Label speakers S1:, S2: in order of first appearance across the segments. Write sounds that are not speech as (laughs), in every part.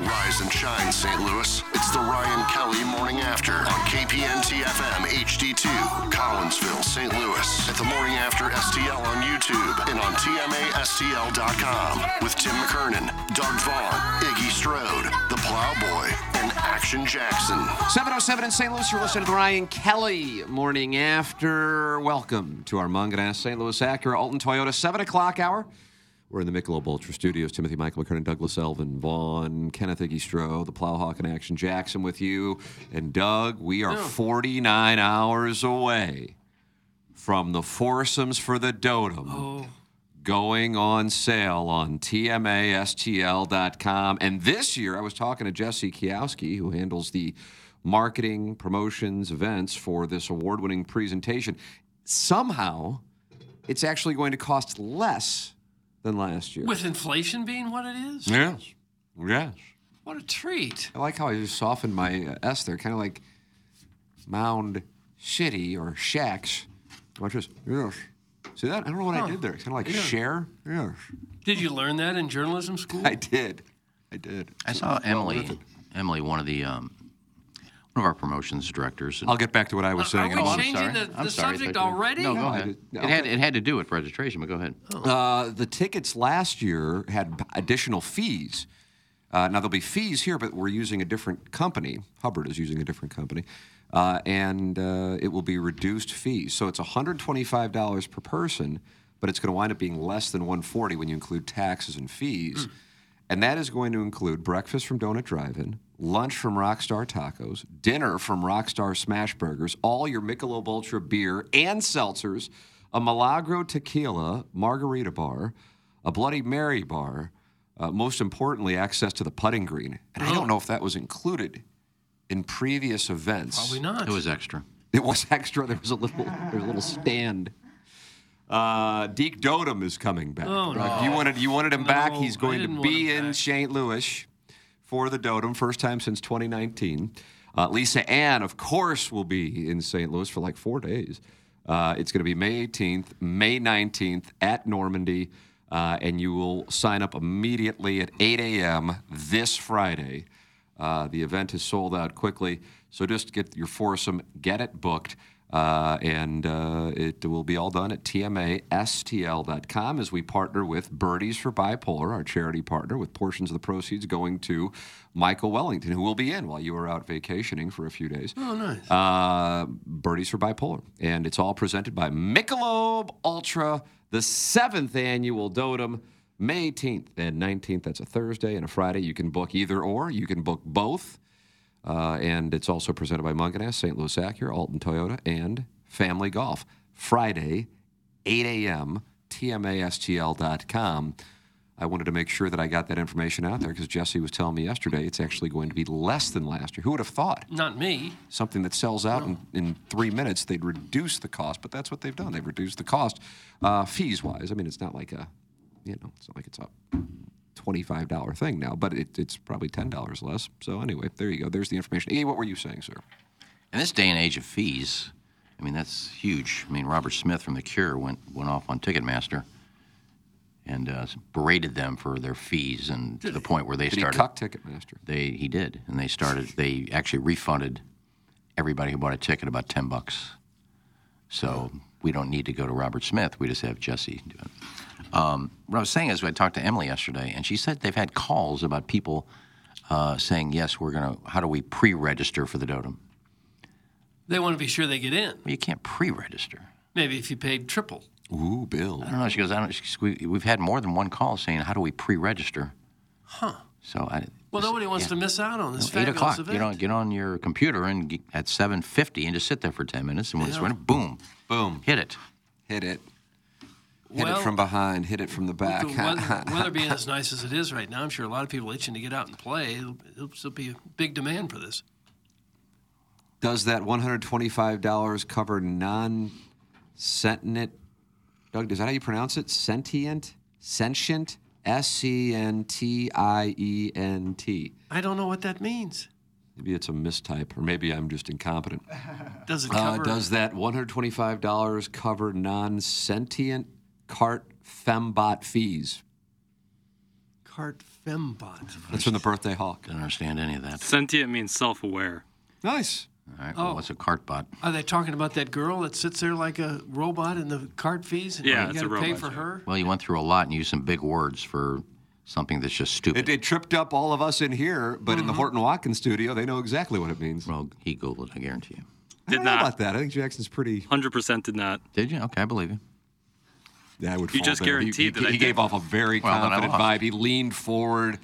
S1: Rise and shine, St. Louis. It's the Ryan Kelly Morning After on KPNT FM HD2, Collinsville, St. Louis. At the Morning After STL on YouTube and on TMASTL.com with Tim McKernan, Doug Vaughn, Iggy Strode, The Plowboy, and Action Jackson.
S2: 707 in St. Louis, you're listening to the Ryan Kelly Morning After. Welcome to our Munganess St. Louis Acura Alton Toyota 7 o'clock hour. We're in the Michelob Ultra Studios. Timothy Michael McKernan, Douglas Elvin, Vaughn, Kenneth Iggy Stroh, the Plowhawk in Action, Jackson with you. And Doug, we are 49 hours away from the foursomes for the dotem going on sale on tmastl.com. And this year, I was talking to Jesse Kiowski, who handles the marketing, promotions, events for this award winning presentation. Somehow, it's actually going to cost less than last year.
S3: With inflation being what it is?
S2: Yes. Yes.
S3: What a treat.
S2: I like how I just softened my uh, S there, kind of like Mound City or Shacks. Watch this. Yes. See that? I don't know what I did there. Kind of like share. Yes.
S3: Did you learn that in journalism school?
S4: (laughs)
S2: I did. I did.
S4: I saw Emily, Emily, one of the um, one of our promotions directors. and-
S2: I'll get back to what I was
S3: Uh, Are
S2: saying.
S3: we
S2: in a moment.
S3: changing
S4: sorry.
S3: the,
S4: I'm
S3: the
S4: sorry, I
S3: subject
S4: thought you were-
S3: already?
S4: No, go
S2: I
S4: ahead.
S2: did- no,
S4: It had it had to do with registration, but go ahead.
S2: Uh, the tickets last year had b- additional fees. Uh, now there'll be fees here, but we're using a different company. Hubbard is using a different company, uh, and uh, it will be reduced fees. So it's $125 per person, but it's going to wind up being less than 140 when you include taxes and fees. And that is going to include breakfast from Donut Drive-In, lunch from Rockstar Tacos, dinner from Rockstar Smash Burgers, all your Michelob Ultra beer and seltzers, a Milagro tequila margarita bar, a Bloody Mary bar, uh, most importantly, access to the putting green. And I don't know if that was included in previous events.
S3: Probably not.
S4: It was extra.
S2: It was (laughs) extra. There was a little, there was a little stand. Uh, Deke Dotem is coming back.
S3: Oh,
S2: Doug, You wanted, you wanted him back.
S3: No,
S2: He's
S3: I
S2: going
S3: didn't
S2: to
S3: want
S2: be
S3: him
S2: in
S3: back.
S2: St. Louis for the Dotem, first time since 2019. Uh, Lisa Ann, of course, will be in St. Louis for like four days. Uh, it's going to be May 18th, May 19th at Normandy, uh, and you will sign up immediately at 8 a.m. this Friday. Uh, the event is sold out quickly, so just get your foursome, get it booked, uh, and uh, it will be all done at tmastl.com as we partner with Birdies for Bipolar, our charity partner, with portions of the proceeds going to Michael Wellington, who will be in while you are out vacationing for a few days. Oh, nice. Uh, Birdies for Bipolar. And it's all presented by Michelob Ultra, the seventh annual Dotem. May 18th and 19th, that's a Thursday and a Friday. You can book either or, you can book both. Uh, and it's also presented by Munganess, St. Louis Acura, Alton Toyota, and Family Golf. Friday, 8 a.m., tmastl.com. I wanted to make sure that I got that information out there because Jesse was telling me yesterday it's actually going to be less than last year. Who would have thought?
S3: Not me.
S2: something that sells out in, in three minutes, they'd reduce the cost. But that's what they've done. They've reduced the cost uh, fees wise. I mean, it's not like a, you know, it's not like it's a twenty-five dollar thing now, but it, it's probably ten dollars less. So anyway, there you go. There's the information. Iggy, what were you saying, sir?
S4: In this day and age of fees, I mean that's huge. I mean Robert Smith from The Cure went went off on Ticketmaster and uh, berated them for their fees, and to the point where they
S2: Did
S4: started
S2: he cuck Ticketmaster?
S4: They he did, and they started. They actually refunded everybody who bought a ticket about ten bucks. So we don't need to go to Robert Smith. We just have Jesse do it. Um, what I was saying is, I talked to Emily yesterday, and she said they've had calls about people uh, saying, "Yes, we're gonna. How do we pre-register for the Dotem?
S3: They want to be sure they get in.
S4: Well, you can't pre-register."
S3: Maybe if you paid triple.
S2: Ooh, Bill.
S4: I don't know. She goes, "I don't." She, goes, we, we've had more than one call saying, "How do we pre-register?" Huh. So I.
S3: Well, nobody wants
S4: yeah.
S3: to miss out on this
S4: Eight
S3: fabulous
S4: o'clock.
S3: event.
S4: Get on, get on your computer and get, at seven fifty, and just sit there for ten minutes. And when it's when boom,
S2: Boom.
S4: hit it.
S2: Hit it. Hit
S3: Well,
S2: it from behind. Hit it from the back.
S3: With the
S2: (laughs)
S3: weather,
S4: (laughs)
S3: weather being as nice as it is right now, I'm sure a lot of people itching to get out and play. It'll, it'll still be a big demand for this.
S2: Does that $125 cover non sentient? Doug, is that how you pronounce it? Sentient? Sentient? S C N T I E N T.
S3: I don't know what that means.
S2: Maybe it's a mistype, or maybe I'm just incompetent.
S3: Does it
S2: Uh,
S3: cover?
S2: does that $125 cover non sentient cart fembot fees?
S3: cart fembot?
S2: That's from the birthday hawk.
S4: Don't understand any of that.
S5: Sentient means self-aware.
S2: Nice.
S4: All right. Well,
S3: Oh.
S4: what's a cart bot?
S3: Are they talking about that girl that sits there like a robot in the cart fees? And
S5: Yeah,
S3: you
S5: it's a
S3: gotta pay
S5: robot,
S3: for
S5: yeah.
S3: her.
S4: Well, you went through a lot and used some big words for something that's just stupid.
S2: It, it tripped up all of us in here, but in the Horton Watkins studio, they know exactly what it means.
S4: Well, he googled it. I guarantee you.
S2: I don't
S5: Did
S2: know
S5: not.
S2: about that. I think Jackson's pretty.
S5: 100% did not.
S4: Did you? Okay, I believe you.
S2: Yeah, I would.
S5: You
S2: fall
S5: just
S2: there. He-
S5: guaranteed
S2: he,
S5: that I
S2: he
S5: did.
S2: gave off a very
S4: Well, then I
S2: confident
S4: lost.
S2: vibe. He leaned forward.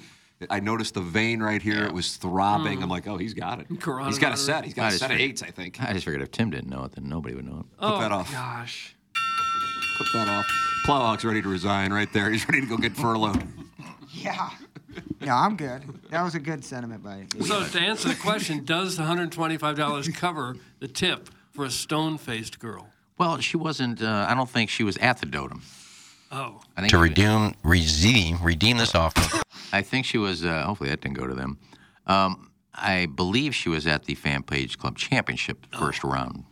S2: I noticed the vein right here; it was throbbing.
S5: Mm.
S2: I'm like, oh, he's got it.
S3: Carotid
S2: He's got a
S3: artery.
S2: set. He's
S4: I
S2: got a
S4: just
S2: set of
S4: figured-
S2: eights, I think.
S4: I just figured if Tim didn't know it, then nobody would know it.
S3: Oh
S2: that off.
S3: gosh.
S2: Put that off. Plowhawk's ready to resign right there. He's (laughs) ready to go get furloughed.
S6: Yeah. No, I'm good. That was a good sentiment by you.
S3: So to answer the question, does the $125 cover the tip for a stone-faced girl?
S4: Well, she wasn't. Uh, I don't think she was at the dotum.
S3: Oh,
S4: I think to redeem, redeem, redeem this offer. I think she was. Uh, hopefully, that didn't go to them. Um, I believe she was at the Fan Page Club Championship
S3: Oh.
S4: first round.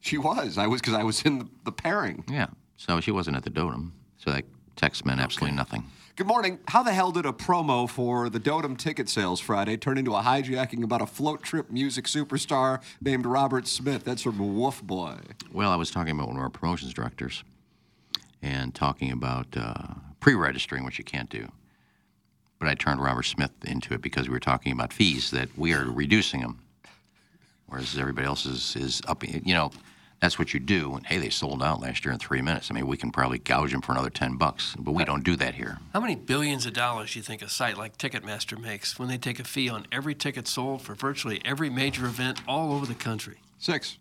S2: She was. I was because I was in the, the pairing.
S4: Yeah. So she wasn't at the dotum. So that text meant absolutely nothing.
S2: Good morning. How the hell did a promo for the Dotem ticket sales Friday turn into a hijacking about a float trip music superstar named Robert Smith? That's from Wolf Boy.
S4: Well, I was talking about one of our promotions directors and talking about uh, pre registering, which you can't do. But I turned Robert Smith into it because we were talking about fees, that we are reducing them. Whereas everybody else is, is up, you know, that's what you do. And hey, they sold out last year in three minutes. I mean, we can probably gouge them for another 10 bucks, but we don't do that here.
S3: how many billions of dollars do you think a site like Ticketmaster makes when they take a fee on every ticket sold for virtually every major event all over the country?
S2: Six.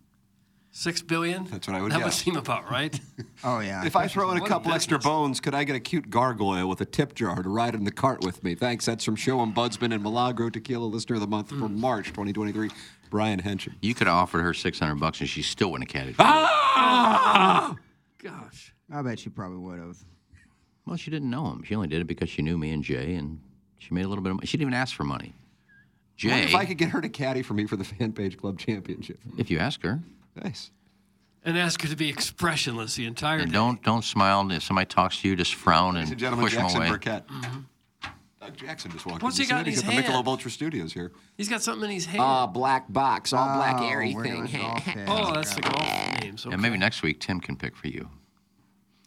S3: Six billion?
S2: That's what I would
S3: That would
S2: guess.
S3: seem about right.
S6: Oh yeah.
S2: If I throw in a
S3: What a
S2: couple extra
S3: business.
S2: bones, could I get a cute gargoyle with a tip jar to ride in the cart with me? Thanks. That's from Show and Budsman and Milagro Tequila Listener of the Month for March 2023, Brian Henson.
S4: You could have offered her 600 bucks and she still wouldn't have had it.
S3: Gosh.
S6: I bet you probably would have.
S4: Well, she didn't know him. She only did it because she knew me and Jay, and she made a little bit of money. She didn't even ask for money.
S2: I wonder
S4: Jay,
S2: If I could get her to caddy for me for the Fan Page Club Championship.
S4: if you ask her,
S2: Nice.
S3: And ask her to be expressionless the entire
S4: and
S3: day.
S4: don't don't smile. and If somebody talks to you, just frown
S2: Ladies and
S4: and
S2: gentlemen,
S4: push them
S2: Jackson
S4: away.
S2: Burkett. Doug Jackson just walked
S3: What's
S2: in.
S3: he got in
S2: He's
S3: his
S2: at the
S3: hand?
S2: Michelob Ultra Studios here.
S3: He's got something in his hand.
S2: Ah, black box, all black
S6: Oh,
S2: airy
S6: we're
S2: thing.
S6: doing
S2: (laughs)
S6: golf picks.
S3: oh, that's the golf names. Okay.
S4: And maybe next week Tim can pick for you.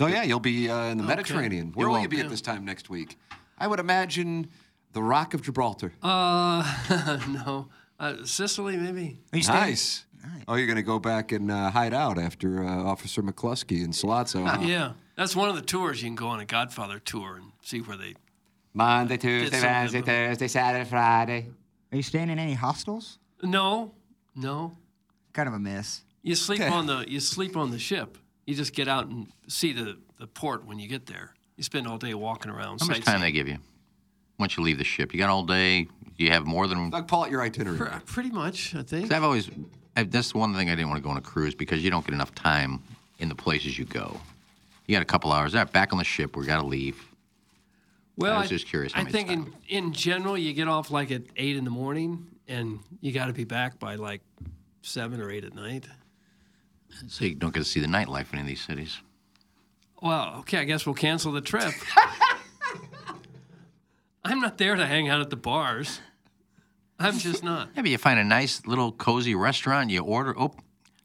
S2: Oh yeah, you'll be uh, in the Mediterranean. Where
S4: You
S2: will
S4: won't.
S2: you be at this time next week? I would imagine the Rock of Gibraltar.
S3: Uh, (laughs) no. Uh, Sicily, maybe.
S2: nice. Oh, you're gonna go back and uh, hide out after uh, Officer McCluskey and Salazzo.
S3: (laughs)
S2: huh?
S3: Yeah. That's one of the tours you can go on a Godfather tour and see where they.
S2: Monday,
S3: Did some of them.
S2: Thursday, Saturday, Friday.
S6: Are you staying in any hostels?
S3: No, no.
S6: Kind of a miss.
S3: You sleep on the you sleep on the ship. You just get out and see the, the port when you get there. You spend all day walking around.
S4: How much time they give you once you leave the ship? You got all day. You have more than.
S2: Doug, pull out your itinerary.
S3: Pre- pretty much, I think.
S4: 'cause I've always. I, that's the one thing I didn't want to go on a cruise because you don't get enough time in the places you go. You got a couple hours. All right, back on the ship. We got to leave.
S3: Well,
S4: was just curious how
S3: I
S4: much
S3: think in,
S4: time.
S3: in general, you get off like at eight in the morning, and you got to be back by like seven or eight at night.
S4: So you don't get to see the nightlife in any of these cities.
S3: Well, okay, I guess we'll cancel
S2: (laughs)
S3: the trip. I'm not there to hang out at the bars. I'm just not.
S2: (laughs)
S4: Maybe you find a nice little cozy restaurant. You order. Oh,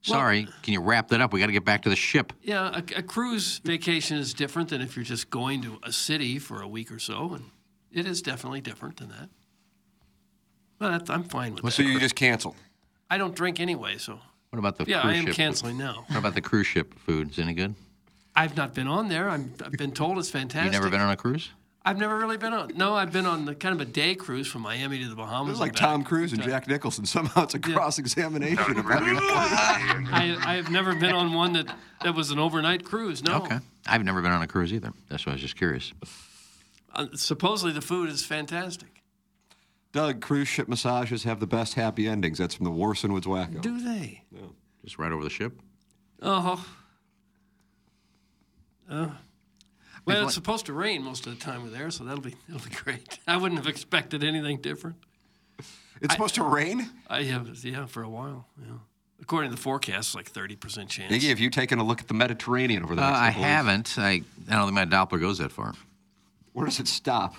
S4: sorry. can you wrap that up? We got to get back to the ship.
S3: Yeah, a, a cruise vacation is different than if you're just going to a city for a week or so, and it is definitely different than that. But that's, I'm fine with
S2: So
S3: that.
S2: you just cancel.
S3: I don't drink anyway, so
S4: What about the
S3: yeah,
S4: cruise
S3: I am
S4: ship?
S3: canceling now.
S4: What about the cruise ship food? Is it any good?
S3: I've not been on there. I'm, I've been told it's fantastic.
S4: You never been on a cruise?
S3: I've never really been on. No, I've been on the kind of a day cruise from Miami to the Bahamas.
S2: It was
S3: and
S2: like
S3: back.
S2: Tom Cruise and Jack Nicholson. (laughs) Somehow it's a
S7: (laughs)
S2: cross examination.
S3: I, I have never been on one that, that was an overnight cruise. No.
S4: Okay. I've never been on a cruise either. That's why I was just curious.
S3: Uh, supposedly the food is fantastic.
S2: Doug, cruise ship massages have the best happy endings. That's from the Warson Woods Wacko.
S3: Do they?
S4: Just right over the ship.
S3: Oh. Uh, well,
S4: what-
S3: it's supposed to rain most of the time we're there, so that'll be (laughs) it'll be great. I wouldn't have expected anything different.
S2: It's supposed to rain?
S3: I have yeah for a while. Yeah, according to the forecast, it's like thirty percent chance.
S2: Iggy, have you taken a look at the Mediterranean over the
S4: Uh,
S2: next
S4: I
S2: couple of weeks?
S4: haven't. I, I don't think my Doppler goes that far.
S2: Where does it stop?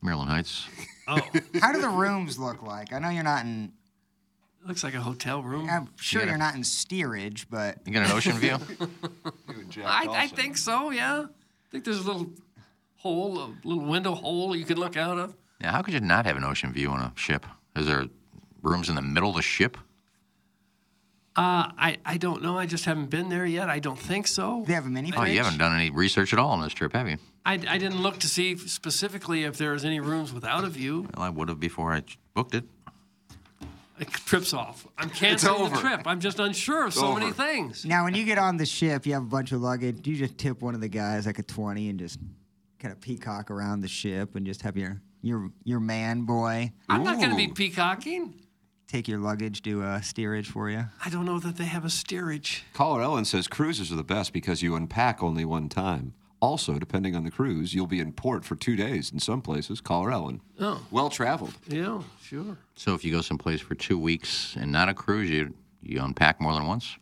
S4: Maryland Heights.
S3: Oh,
S6: How do the rooms look like? I know you're not in.
S3: looks like a hotel room.
S6: I'm sure
S4: gotta-
S6: you're not in steerage, but
S4: You got an ocean view? (laughs)
S3: I, I think so. Yeah, I think there's a little hole, a little window hole you can look out of.
S4: Now, how could you not have an ocean view on a ship? Is there rooms in the middle of the ship?
S3: Uh, I I don't know. I just haven't been there yet. I don't think so.
S6: they have a mini.
S4: Oh, you haven't done any research at all on this trip, have you?
S3: I, I didn't look to see specifically if there was any rooms without a view.
S4: Well, I would have before I booked it.
S3: It trips off. I'm canceling the
S2: over.
S3: trip. I'm just unsure of so many
S2: over.
S3: things.
S6: Now, when you get on the ship, you have a bunch of luggage. You just tip one of the guys like a twenty and just kind of peacock around the ship and just have your your your man boy
S3: I'm not going to be
S2: Ooh.
S3: peacocking.
S6: take your luggage to uh, steerage for you.
S3: I don't know that they have a steerage.
S2: Caller Ellen says cruises are the best because you unpack only one time. Also, depending on the cruise, you'll be in port for two days in some places. Caller Ellen.
S3: Oh.
S2: Well traveled.
S3: Yeah, sure.
S4: So if you go someplace for two weeks and not a cruise, you you unpack more than once.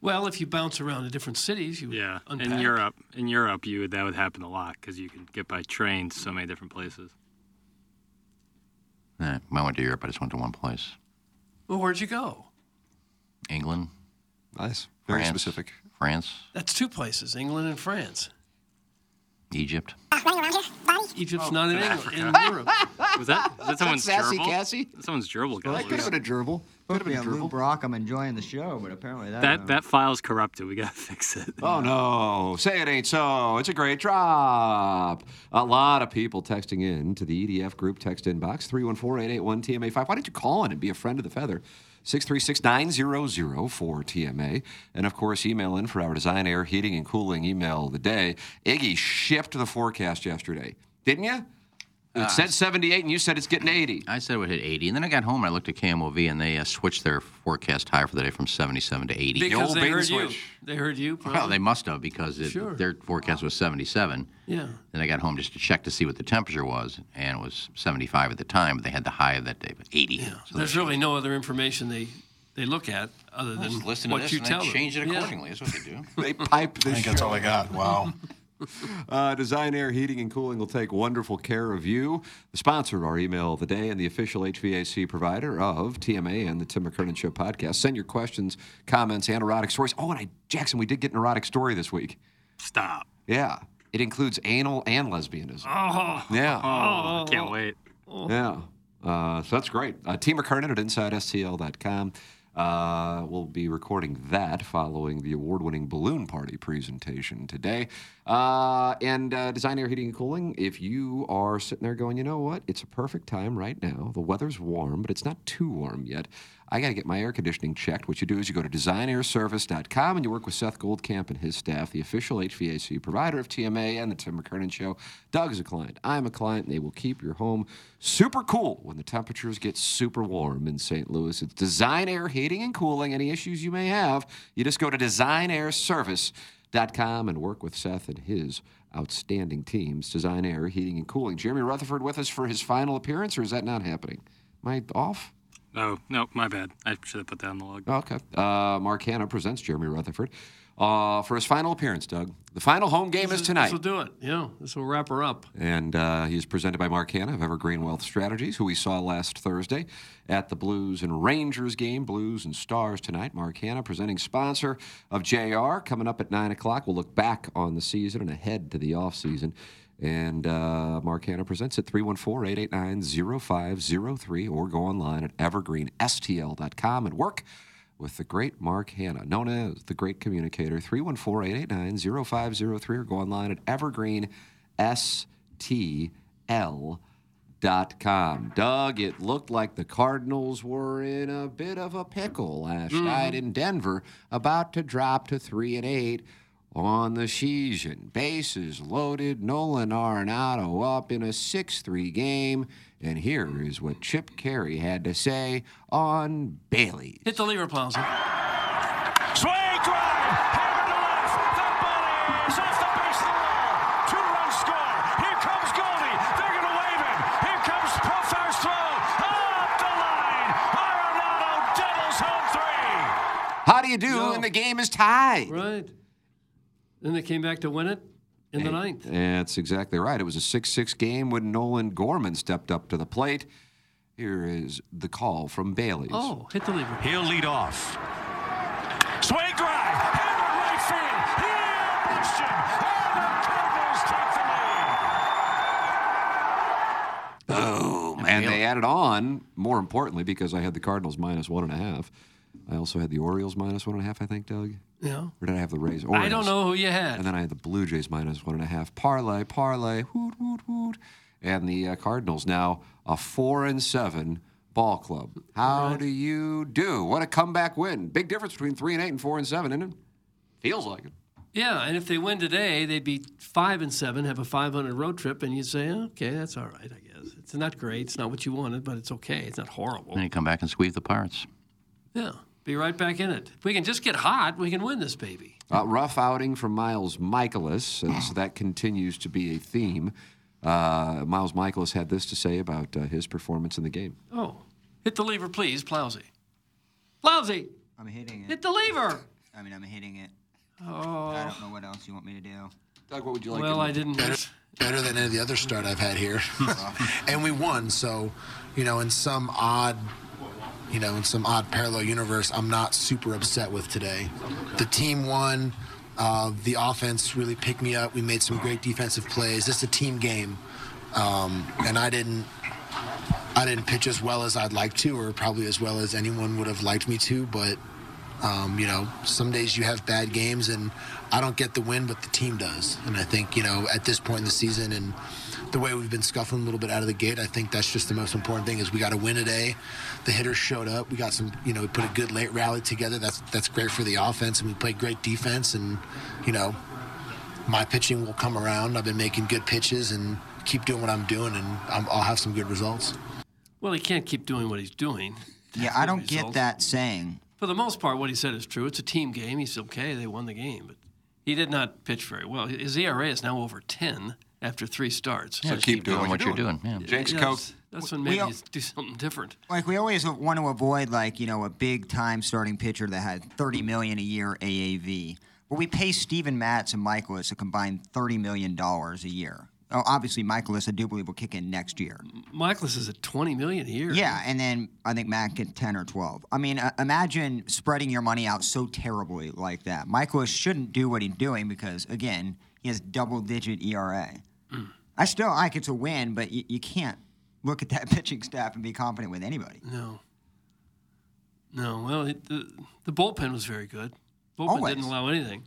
S3: Well, if you bounce around to different cities, you
S5: Yeah. In
S3: unpack.
S2: uh,
S5: Europe, in Europe, you would, that would happen a lot because you could get by train to so many different places.
S4: Nah, when Eh, I went to Europe, I just went to one place,
S3: Well, where'd you go?
S4: England,
S2: Nice. Very
S4: France.
S2: specific.
S4: France,
S3: That's two places: England and France.
S4: Egypt.
S3: Egypt's
S2: Oh,
S3: not in England. In
S2: (laughs)
S3: Europe.
S5: Was that, is that someone's
S2: sassy,
S5: gerbil?
S2: Cassie.
S5: That's someone's gerbil, guys.
S2: That could have been a gerbil. Could have
S6: Yeah,
S2: been a
S6: Lou
S2: gerbil.
S6: Brock, I'm enjoying the show, but apparently that. uh,
S5: that that file's corrupted. We gotta (laughs) fix it.
S2: Oh no! Say it ain't so. It's a great drop. A lot of people texting in to the EDF group text inbox 314-881-TMA5. Why don't you call in and be a friend of the feather? 636-9004-TMA. And of course, email in for our design, air, heating, and cooling email of the day. Iggy shipped the forecast yesterday, didn't you? It said 78, and you said it's getting 80.
S4: I said it would hit 80, and then I got home and I looked at KMOV, and they uh, switched their forecast high for the day from 77 to 80.
S3: Because
S2: old
S3: they
S2: bait and
S3: heard you.
S2: switch.
S3: They heard
S2: (laughs)
S3: you. Probably.
S4: (laughs) Well, they must have because it,
S3: Sure.
S4: their forecast was 77.
S3: yeah.
S4: Then I got home just to check to see what the temperature was, and it was 75 at the time. But they had the high of that day, but 80. So
S3: There's really no other information they they look at other than
S4: just listen to
S3: what
S4: this
S3: you
S4: and
S3: tell
S4: then
S3: them.
S4: change it
S3: Yeah.
S4: accordingly. That's what they do.
S2: They piped this
S8: I think that's all I got. Wow.
S2: (laughs) Uh, Design Air Heating and Cooling will take wonderful care of you. The sponsor of our email of the day and the official HVAC provider of TMA and the Tim McKernan Show podcast. Send your questions, comments, and erotic stories. Oh, and I, Jackson, we did get an erotic story this week.
S5: Stop.
S2: Yeah. It includes anal and lesbianism. Yeah.
S5: Oh, I can't wait.
S2: Yeah. Uh, so that's great. Uh, Tim McKernan at InsideSTL.com. Uh, we'll be recording that following the award winning balloon party presentation today. Uh, and uh, Design Air Heating and Cooling, if you are sitting there going, you know what, it's a perfect time right now. The weather's warm, but it's not too warm yet. I got to get my air conditioning checked. What you do is you go to designairservice.com and you work with Seth Goldcamp and his staff, the official HVAC provider of TMA and the Tim McKernan Show. Doug is a client. I'm a client, and they will keep your home super cool when the temperatures get super warm in St. Louis. It's Design Air Heating and Cooling. Any issues you may have, you just go to designairservice.com and work with Seth and his outstanding teams, Design Air Heating and Cooling. Jeremy Rutherford with us for his final appearance, or is that not happening? Am I off?
S5: Oh no, my bad. I should have put that on the log.
S2: Okay. Uh, Mark Hanna presents Jeremy Rutherford uh, for his final appearance, Doug. The final home game is tonight.
S3: This will do it. Yeah. This will wrap her up.
S2: And uh, he is presented by Mark Hanna of Evergreen Wealth Strategies, who we saw last Thursday at the Blues and Rangers game, Blues and Stars tonight. Mark Hanna, presenting sponsor of JR, coming up at 9 o'clock. We'll look back on the season and ahead to the offseason. And uh, Mark Hanna presents at 314 889 0503 or go online at evergreenstl.com and work with the great Mark Hanna, known as the great communicator, 314 889 0503 or go online at evergreen. S T-L dot com. Doug, it looked like the Cardinals were in a bit of a pickle last night in Denver, about to drop to three and eight on the season. Bases loaded, Nolan Arenado up in a 6-3 game. And here is what Chip Carey had to say on Bailey.
S3: Hit the lever, Plowson.
S8: Swing drive, hammer to left. That ball is off the baseline. Two run score. Here comes Goldie. They're going to wave him. Here comes Profar's throw. Up the line. Arenado doubles home three.
S2: How do you do? And the game is tied.
S3: Right. Then they came back to win it in the ninth.
S2: That's exactly right. It was a 6 6 game when Nolan Gorman stepped up to the plate. Here is the call from Bailey's.
S3: Oh, hit the lever.
S8: He'll lead off. Swing drive, hammer right field. He missed him. And the Cardinals take the lead.
S2: Boom. And Oh, they added on, more importantly, because I had the Cardinals minus one and a half. I also had the Orioles minus one and a half, I think, Doug.
S3: Yeah.
S2: Or did I have the Rays?
S3: I don't
S2: Orioles.
S3: know who you had.
S2: And then I had the Blue Jays minus one and a half. Parlay, parlay, hoot, hoot, hoot. And the uh, Cardinals now a four and seven ball club. How do you do? What a comeback win! Big difference between three and eight and four and seven, isn't it? Feels like it.
S3: Yeah, and if they win today, they'd be five and seven, have a 500 road trip, and you'd say, okay, that's all right, I guess. It's not great. It's not what you wanted, but it's okay. It's not horrible.
S4: (laughs) Then you come back and squeeze the Pirates.
S3: Yeah, be right back in it. If we can just get hot, we can win this baby.
S2: Uh, rough outing from Miles Michaelis, and so that continues to be a theme. Uh, Miles Michaelis had this to say about uh, his performance in the game.
S3: Oh, hit the lever, please, Plowsy. Plowsy,
S6: I'm hitting it.
S3: hit the lever.
S6: I mean, I'm hitting it. Oh. I don't know what else you want me to do.
S2: Doug, what would you like?
S3: Well,
S2: to
S3: I didn't.
S7: better than any of the other start I've had
S4: (laughs)
S7: here. and we won, so you know, in some odd you know, in some odd parallel universe, I'm not super upset with today. The team won. Uh, the offense really picked me up. We made some great defensive plays. This is a team game, um, and I didn't, I didn't pitch as well as I'd like to, or probably as well as anyone would have liked me to. But um, you know, some days you have bad games and I don't get the win, but the team does. And I think, you know, at this point in the season and the way we've been scuffling a little bit out of the gate, I think that's just the most important thing is we got to win today. The hitters showed up. We got some, you know, we put a good late rally together. That's that's great for the offense and we played great defense and, you know, my pitching will come around. I've been making good pitches and keep doing what I'm doing and I'm, I'll have some good results.
S3: Well, he can't keep doing what he's doing.
S6: Yeah, I don't
S3: Results.
S6: get that saying.
S3: For the most part, what he said is true. It's a team game. He's okay. They won the game, but he did not pitch very well. His ERA is now over 10 after three starts.
S2: So keep doing
S4: Doing
S2: what
S4: what
S2: you're
S4: you're
S2: doing.
S4: doing. Yeah.
S2: Jinx
S3: Yeah,
S2: Coke.
S3: that's- That's when maybe
S6: all-
S3: you do something different.
S6: Like we always want to avoid like you know a big time starting pitcher that had 30 million a year AAV. Well, we pay Steven Matz and Michaelis a combined 30 million dollars a year. Oh, obviously Michaelis, I do believe will kick in next year.
S3: Michaelis is at 20 million a year.
S6: Yeah, and then I think Matt get 10 or 12. I mean, uh, imagine spreading your money out so terribly like that. Michaelis shouldn't do what he's doing because again, he has double digit ERA.
S2: Mm.
S6: I still like it's a win, but you, you can't look at that (laughs) pitching staff and be confident with anybody.
S3: No. No. Well, it, the, the bullpen was very good. Bullpen
S6: Always.
S3: didn't allow anything.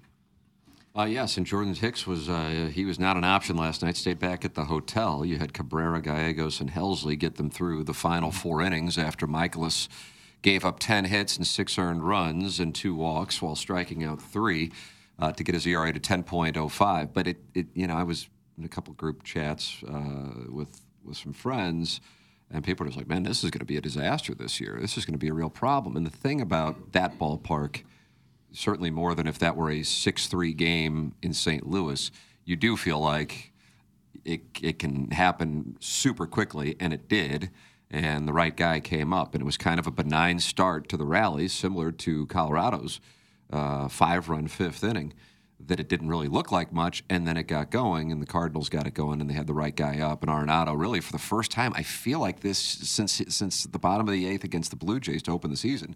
S2: Uh, yes, and Jordan Hicks was uh, he was not an option last night. Stayed back at the hotel. You had Cabrera, Gallegos, and Helsley get them through the final four innings after Michaelis gave up ten hits and six earned runs and two walks while striking out three uh, to get his ERA to ten point oh five. But it, it you know I was in a couple group chats uh, with with some friends. And people are just like, man, this is going to be a disaster this year. This is going to be a real problem. And the thing about that ballpark certainly more than if that were a 6-3 game in St. Louis. You do feel like it, it can happen super quickly, and it did. And the right guy came up, and it was kind of a benign start to the rally, similar to Colorado's uh, five-run fifth inning. That it didn't really look like much, and then it got going, and the Cardinals got it going, and they had the right guy up, and Arenado really for the first time I feel like this since since the bottom of the eighth against the Blue Jays to open the season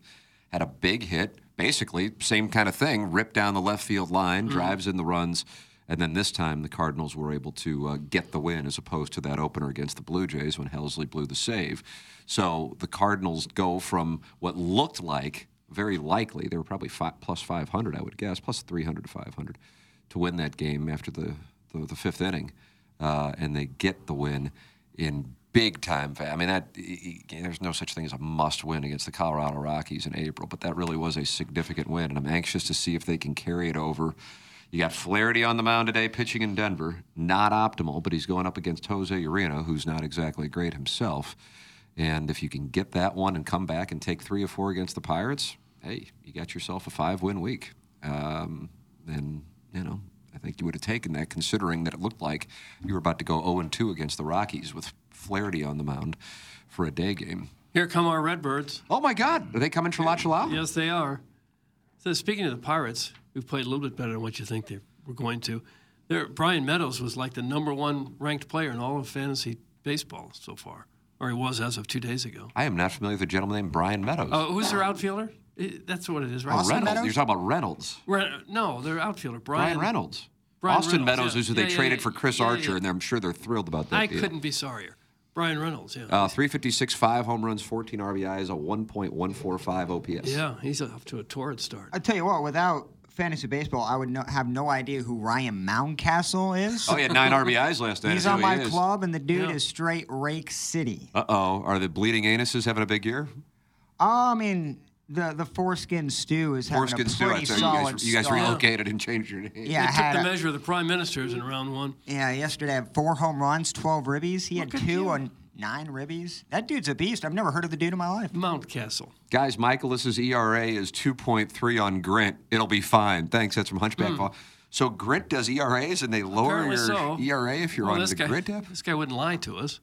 S2: had a big hit, basically same kind of thing, ripped down the left field line, drives in the runs, and then this time the Cardinals were able to uh, get the win as opposed to that opener against the Blue Jays when Helsley blew the save. So the Cardinals go from what looked like very likely they were probably fi plus 500, I would guess, plus 300 to 500 to win that game after the the, the fifth inning. uh, and they get the win in big time fa I mean, that e- e- there's no such thing as a must win against the Colorado Rockies in April, but that really was a significant win, and I'm anxious to see if they can carry it over. You got Flaherty on the mound today pitching in Denver. Not optimal, but he's going up against Jose Urino, who's not exactly great himself. And if you can get that one and come back and take three or four against the Pirates, hey, you got yourself a five win week. Um, and, you know, I think you would have taken that considering that it looked like you were about to go 0 2 against the Rockies with Flaherty on the mound for a day game.
S3: Here come our Redbirds.
S2: Oh my God! Are they coming from La Chalala?
S3: Yes, they are. So speaking of the Pirates, we've played a little bit better than what you think they were going to. There, Brian Meadows was like the number one ranked player in all of fantasy baseball so far, or he was as of two days ago.
S2: I am not familiar with a gentleman named Brian Meadows.
S3: Uh, who's their outfielder? It- that's what it is, right?
S2: Oh, Reynolds. You're talking about Reynolds.
S3: Re- no, their outfielder Brian,
S2: Brian, Reynolds.
S3: Brian
S2: Austin Meadows
S3: Reynolds, yeah.
S2: is who
S3: Yeah,
S2: they
S3: yeah,
S2: traded
S3: yeah.
S2: for Chris
S3: Yeah, yeah.
S2: Archer, and I'm sure they're thrilled about that.
S3: I
S2: deal.
S3: couldn't be sorrier. Brian Reynolds, yeah.
S2: Uh, 356.5 home runs, 14 RBIs, a 1.145 OPS.
S3: yeah, he's off to a torrid start.
S6: I tell you what, without fantasy baseball, I would no, have no idea who Ryan Mountcastle is.
S2: Oh, he had nine (laughs) RBIs last night.
S6: He's
S2: I
S6: on
S2: see
S6: my
S2: who he is.
S6: club, and the dude
S3: Yeah.
S6: is straight Rake City.
S2: Uh oh. Are the bleeding anuses having a big year?
S6: Oh, I mean, the the foreskin stew is having
S2: Foreskin
S6: a
S2: stew. I
S6: pretty
S2: tell you, you
S6: solid
S2: guys, you guys
S6: start.
S2: relocated and changed your name.
S6: Yeah,
S3: They
S6: had
S3: took the
S6: a-
S3: measure of the prime ministers in round one.
S6: Yeah, yesterday I had four home runs, twelve ribbies. He
S3: Look
S6: had
S3: at
S6: two
S3: you.
S6: on nine ribbies. That dude's a beast. I've never heard of the dude in my life.
S3: Mountcastle.
S2: Guys, Michaelis's ERA is 2.3 on Grint. It'll be fine. Thanks. That's from Hunchback Paul. So Grint does ERAs and they lower
S3: Apparently
S2: your
S3: so.
S2: ERA if you're
S3: Well,
S2: on
S3: this
S2: the
S3: guy,
S2: Grint app?
S3: This guy wouldn't lie to us.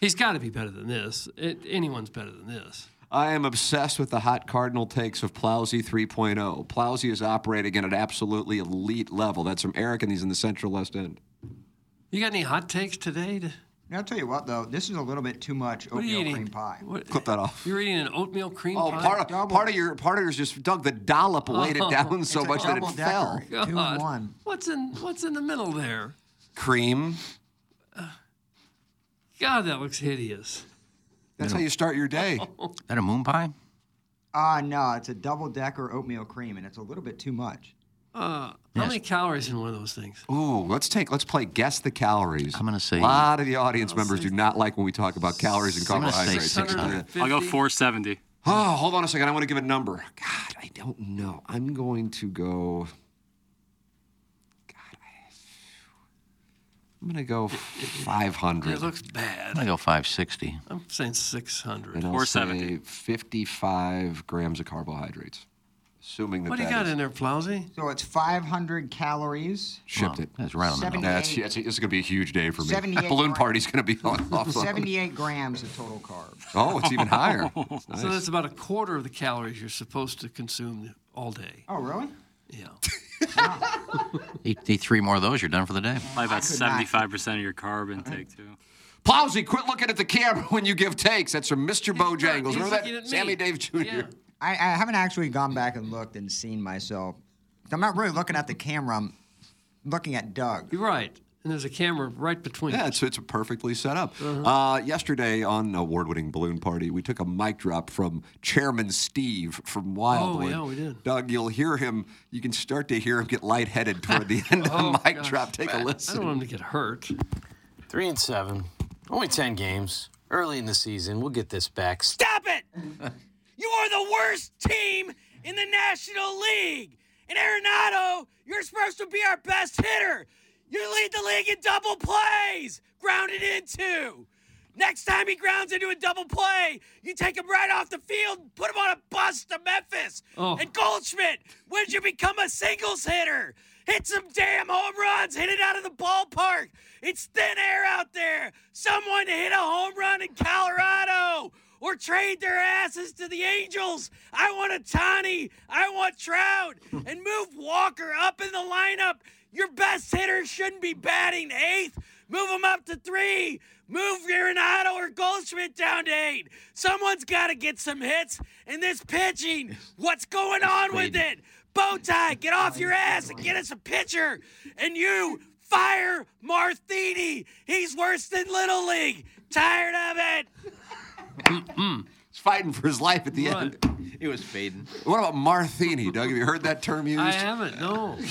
S3: He's got to be better than this. It, anyone's better than this.
S2: I am obsessed with the hot Cardinal takes of Plowsy 3.0. Plowsy is operating at an absolutely elite level. That's from Eric, and he's in the Central West End.
S3: You got any hot takes today? To,
S6: And I'll tell you what, though, this is a little bit too much
S3: what are you
S6: oatmeal
S3: eating?
S6: cream pie.
S3: What-
S2: Clip that off.
S3: You're eating an oatmeal cream
S2: Oh,
S3: pie.
S2: part of, part of your part of yours just Doug. The dollop weighed it down so
S6: It's a
S2: much that it
S6: double-decker,
S2: fell.
S6: Two
S3: Oh, God.
S6: and one.
S3: What's in What's in the middle there?
S2: Cream.
S3: God, that looks hideous.
S2: That's how you start your day.
S4: Is that a moon pie?
S6: Ah, no, it's a double decker oatmeal cream, and it's a little bit too much.
S3: Uh, How many calories in one of those things?
S2: Ooh, let's take let's play guess the calories.
S4: I'm gonna say-
S2: a lot of the audience members do not like when we talk about calories and
S4: I'm gonna say
S2: carbohydrates.
S4: 600.
S5: I'll go
S3: 650?
S5: 470.
S2: Oh, hold on a second. I want to give a number. God, I don't know. I'm going to go. God, I- I'm gonna go 500.
S3: It looks
S4: I'm
S3: bad.
S4: gonna go 560.
S3: I'm saying 600.
S2: and I'll
S5: 470.
S2: say 55 grams of carbohydrates, assuming that
S3: What do you
S2: that
S3: got
S2: is
S3: in there, Plowsy?
S6: So it's 500 calories,
S2: shipped it.
S4: That's right on the
S6: Seven-
S4: nose.
S2: That's yeah, it's, it's going to be a huge day for me. (laughs)
S6: 78
S2: Balloon
S6: grand.
S2: party's going to be on. off on-
S6: 78 grams of total carbs.
S2: Oh, it's even higher.
S3: (laughs)
S2: It's nice.
S3: So that's about a quarter of the calories you're supposed to consume all day.
S6: Oh, really?
S3: Yeah.
S2: (laughs)
S4: Eat, eat three more of those, you're done for the day.
S5: Probably about
S6: could not-
S5: 75% of your carb intake, too.
S2: Plowsy, quit looking at the camera (laughs) when you give takes. That's from
S3: (laughs)
S2: Mr. Bojangles.
S3: He's
S2: Remember
S3: looking
S2: that?
S3: at me.
S2: Sammy Dave Jr.
S3: Yeah.
S2: (laughs)
S6: I, I haven't actually gone back and looked and seen myself. I'm not really looking at the camera. I'm looking at Doug.
S3: You're right. And there's a camera right between
S2: Yeah,
S3: us.
S2: it's, it's perfectly set up.
S3: Uh-huh.
S2: uh yesterday on award winning Balloon Party, we took a mic drop from Chairman Steve from Wildwood.
S3: Oh, yeah, we did.
S2: Doug, you'll hear him. You can start to hear him get lightheaded toward
S3: (laughs)
S2: the end
S3: Oh,
S2: of the mic drop. Take a
S3: I
S2: listen.
S3: don't want him to get hurt.
S9: Three and seven. Only 10 games. Early in the season. We'll get this back. Stop it! You are the worst team in the National League. And Arenado, you're supposed to be our best hitter. You lead the league in double plays, grounded into. Next time he grounds into a double play, you take him right off the field, put him on a bus to Memphis.
S3: Oh.
S9: And Goldschmidt, when did you become a singles hitter? Hit some damn home runs, hit it out of the ballpark. It's thin air out there. Someone to hit a home run in Colorado or trade their asses to the Angels. I want a Tani. I want Trout. And move Walker up in the lineup. Your best hitter shouldn't be batting eighth. Move him up to three. Move Arenado or Goldschmidt down to eight. Someone's got to get some hits in this pitching. What's going on with it? Bowtie, get off your ass and get us a pitcher. And you fire Marthini. He's worse than Little League. Tired of it.
S2: He's fighting for his life at the
S3: Right.
S2: end.
S4: It was fading.
S2: What about Marthini, Doug? Have you heard that term used?
S3: I haven't, no. (laughs)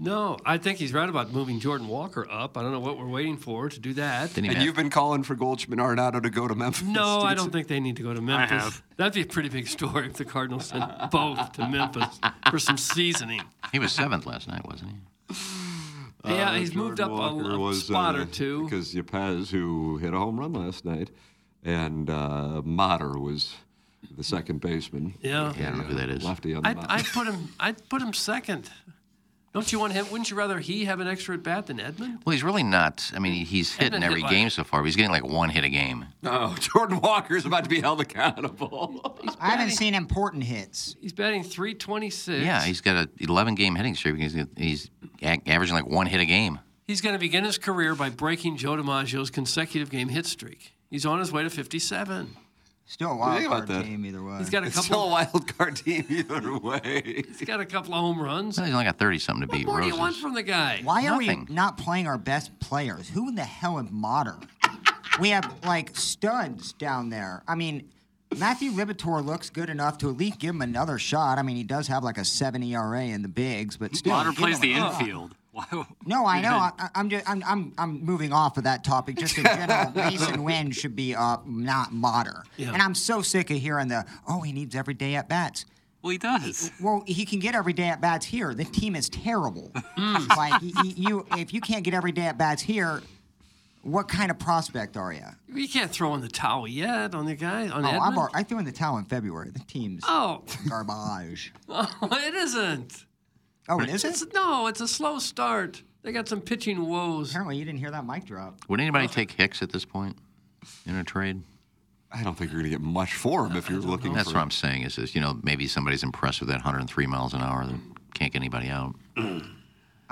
S3: No, I think he's right about moving Jordan Walker up. I don't know what we're waiting for to do that.
S2: and you've been calling for Goldschmidt Arnato to go to Memphis.
S3: No, I
S2: It's-
S3: don't think they need to go to Memphis.
S2: have.
S3: That'd be a pretty big story if the Cardinals sent both to Memphis for some seasoning.
S4: He was seventh last night, wasn't he?
S3: yeah,
S2: Uh,
S3: he's moved up
S2: Jordan
S3: a,
S2: Walker
S3: a
S2: was,
S3: spot
S2: uh,
S3: or two.
S2: Because Yepes, who hit a home run last night, and uh, Mater was the second baseman.
S3: Yeah. Yeah, I don't know
S2: who that is. Lefty on the
S3: I'd,
S2: mound.
S3: I'd put him. I'd put him second. Don't you want him? Wouldn't you rather he have an extra at bat than Edmund?
S4: Well, he's really not. I mean, he's hitting
S3: Edmund
S4: every
S3: hit what?
S4: game so far. But he's getting like one hit a game.
S2: No, Oh, Jordan Walker is about to be held
S3: (laughs)
S2: accountable.
S6: I haven't seen important hits.
S3: He's batting 326.
S4: Yeah, he's got a 11 game hitting streak. He's, he's a- averaging like one hit a game.
S3: He's going to begin his career by breaking Joe DiMaggio's consecutive game hit streak. He's on his way to 57.
S6: Still a
S2: Think
S6: wild
S2: about
S6: card
S2: that.
S6: team either way.
S3: He's got a
S2: It's
S3: couple.
S2: still a wild card team either way.
S3: He's got a couple of home runs.
S4: Well, he's only got 30 something to beat
S3: What do you
S4: Roses.
S3: want from the guy?
S6: Why are
S4: Nothing.
S6: we not playing our best players? Who in the hell
S3: (laughs)
S6: is modern? we have like studs down there. I mean, Matthew Libator looks good enough to at least give him another shot. I mean, he does have like a seven ERA in the bigs, but still.
S5: Mater
S6: give
S5: plays
S6: him
S5: the
S6: a shot.
S5: infield. Wow.
S6: No, I know. I, I- I'm just I'm, I'm I'm moving off of that topic. Just
S3: (laughs)
S6: in general, Mason Wynn should be up, not Mater.
S5: Yeah.
S6: And I'm so sick of hearing the oh he needs every day at bats.
S5: Well, he does.
S6: Well, he can get every day at bats here. The team
S3: (laughs)
S6: is terrible.
S3: Hmm.
S6: like y- y- you, if you can't get every day at bats here, what kind of prospect are you?
S3: You can't throw in the towel yet on the guy on
S6: oh,
S3: Edmund.
S6: I've, al- I threw in the towel in February. The team's
S3: Oh. (laughs)
S6: garbage.
S3: Oh, it isn't.
S6: Oh, it isn't.
S3: It's, no, it's a slow start. They got some pitching woes.
S6: Apparently, you didn't hear that mic drop.
S4: Would anybody take Hicks at this point in a trade?
S2: I don't think you're going to get much for him if you're looking.
S4: That's
S2: for
S4: what I'm saying. Is is you know maybe somebody's impressed with that 103 miles an hour that can't get anybody out.
S6: I'm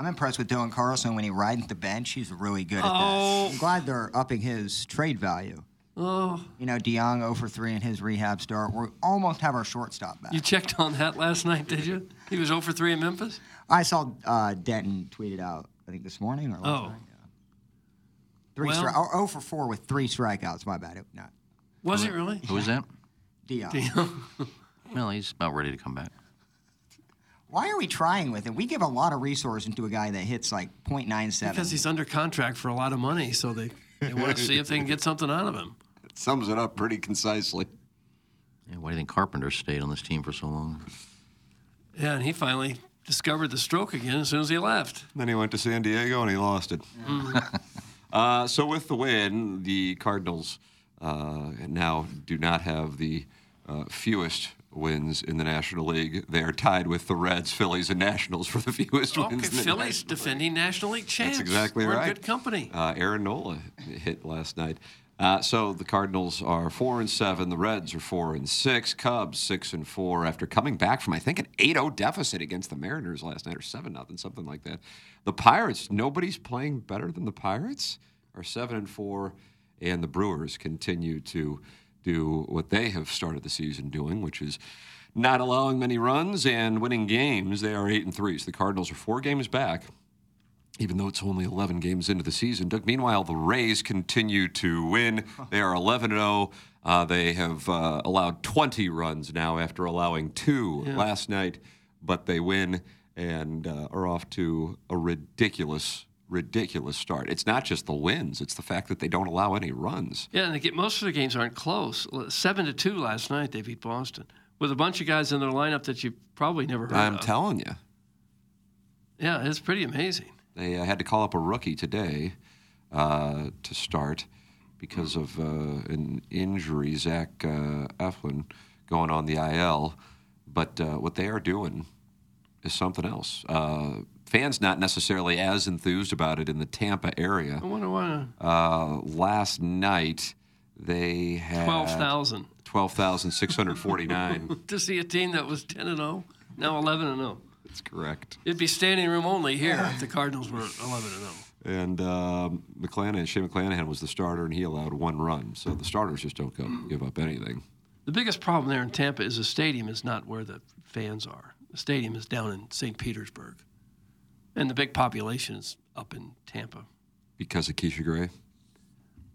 S6: impressed with Dylan Carlson when he rides the bench. He's really good at that.
S3: Oh.
S6: I'm glad they're upping his trade value.
S3: Oh,
S6: You know, DeYoung 0 for 3 in his rehab start. We almost have our shortstop back.
S3: you checked on that last night, did you? He was 0 for 3 in Memphis.
S6: I saw uh, Denton tweet it out, I think this morning or last
S3: Oh.
S6: night. Three
S3: Well-
S6: stri- oh, 0 for 4 with three strikeouts. My bad. It- No,
S3: Was it really?
S4: Who is that?
S6: DeYoung.
S4: Well, he's about ready to come back.
S6: (laughs) Why are we trying with him? We give a lot of resources to a guy that hits like .97.
S3: Because he's under contract for a lot of money, so they, they
S2: (laughs)
S3: want to see if they can get something out of him.
S2: It sums it up pretty concisely.
S4: Yeah, why do you think Carpenter stayed on this team for so long?
S3: Yeah, and he finally discovered the stroke again as soon as he left.
S2: Then he went to San Diego and he lost it.
S3: Mm-hmm.
S2: (laughs) uh, so with the win, the Cardinals uh, now do not have the uh, fewest wins in the National League. They are tied with the Reds, Phillies, and Nationals for the fewest
S3: Okay,
S2: wins. in the
S3: Phillies defending National League champs.
S2: That's exactly
S3: We're
S2: right.
S3: in good company.
S2: Uh, Aaron Nola hit last night. Uh, so the Cardinals are four and seven. The Reds are four and six. Cubs six and four after coming back from I think an 8-0 deficit against the Mariners last night or seven nothing something like that. The Pirates nobody's playing better than the Pirates are seven and four, and the Brewers continue to do what they have started the season doing, which is not allowing many runs and winning games. They are eight and three. So the Cardinals are four games back even though it's only 11 games into the season. Doug, meanwhile, the Rays continue to win. They are 11 0. Uh, they have uh, allowed 20 runs now after allowing two last night, but they win and uh, are off to a ridiculous, ridiculous start. It's not just the wins, it's the fact that they don't allow any runs.
S3: Yeah, and they get, most of the games aren't close. Seven to two last night, they beat Boston with a bunch of guys in their lineup that you probably never heard
S2: I'm
S3: of.
S2: telling you.
S3: yeah, it's pretty amazing.
S2: They uh, had to call up a rookie today uh, to start because of uh, an injury, Zach uh, Eflin going on the IL. But uh, what they are doing is something else. Uh, fans not necessarily as enthused about it in the Tampa area.
S3: I wonder why
S2: Uh, last night they had
S3: twelve thousand (laughs)
S2: 12,649.
S3: to see a team that was ten and zero now eleven and zero.
S2: That's correct.
S3: It'd be standing room only here if the Cardinals were eleven and oh. zero.
S2: And um, McClanahan, Shea McClanahan was the starter, and he allowed one run. So the starters just don't go, give up anything.
S3: The biggest problem there in Tampa is the stadium is not where the fans are. The stadium is down in St. Petersburg, and the big population is up in Tampa.
S2: Because of Keisha Gray?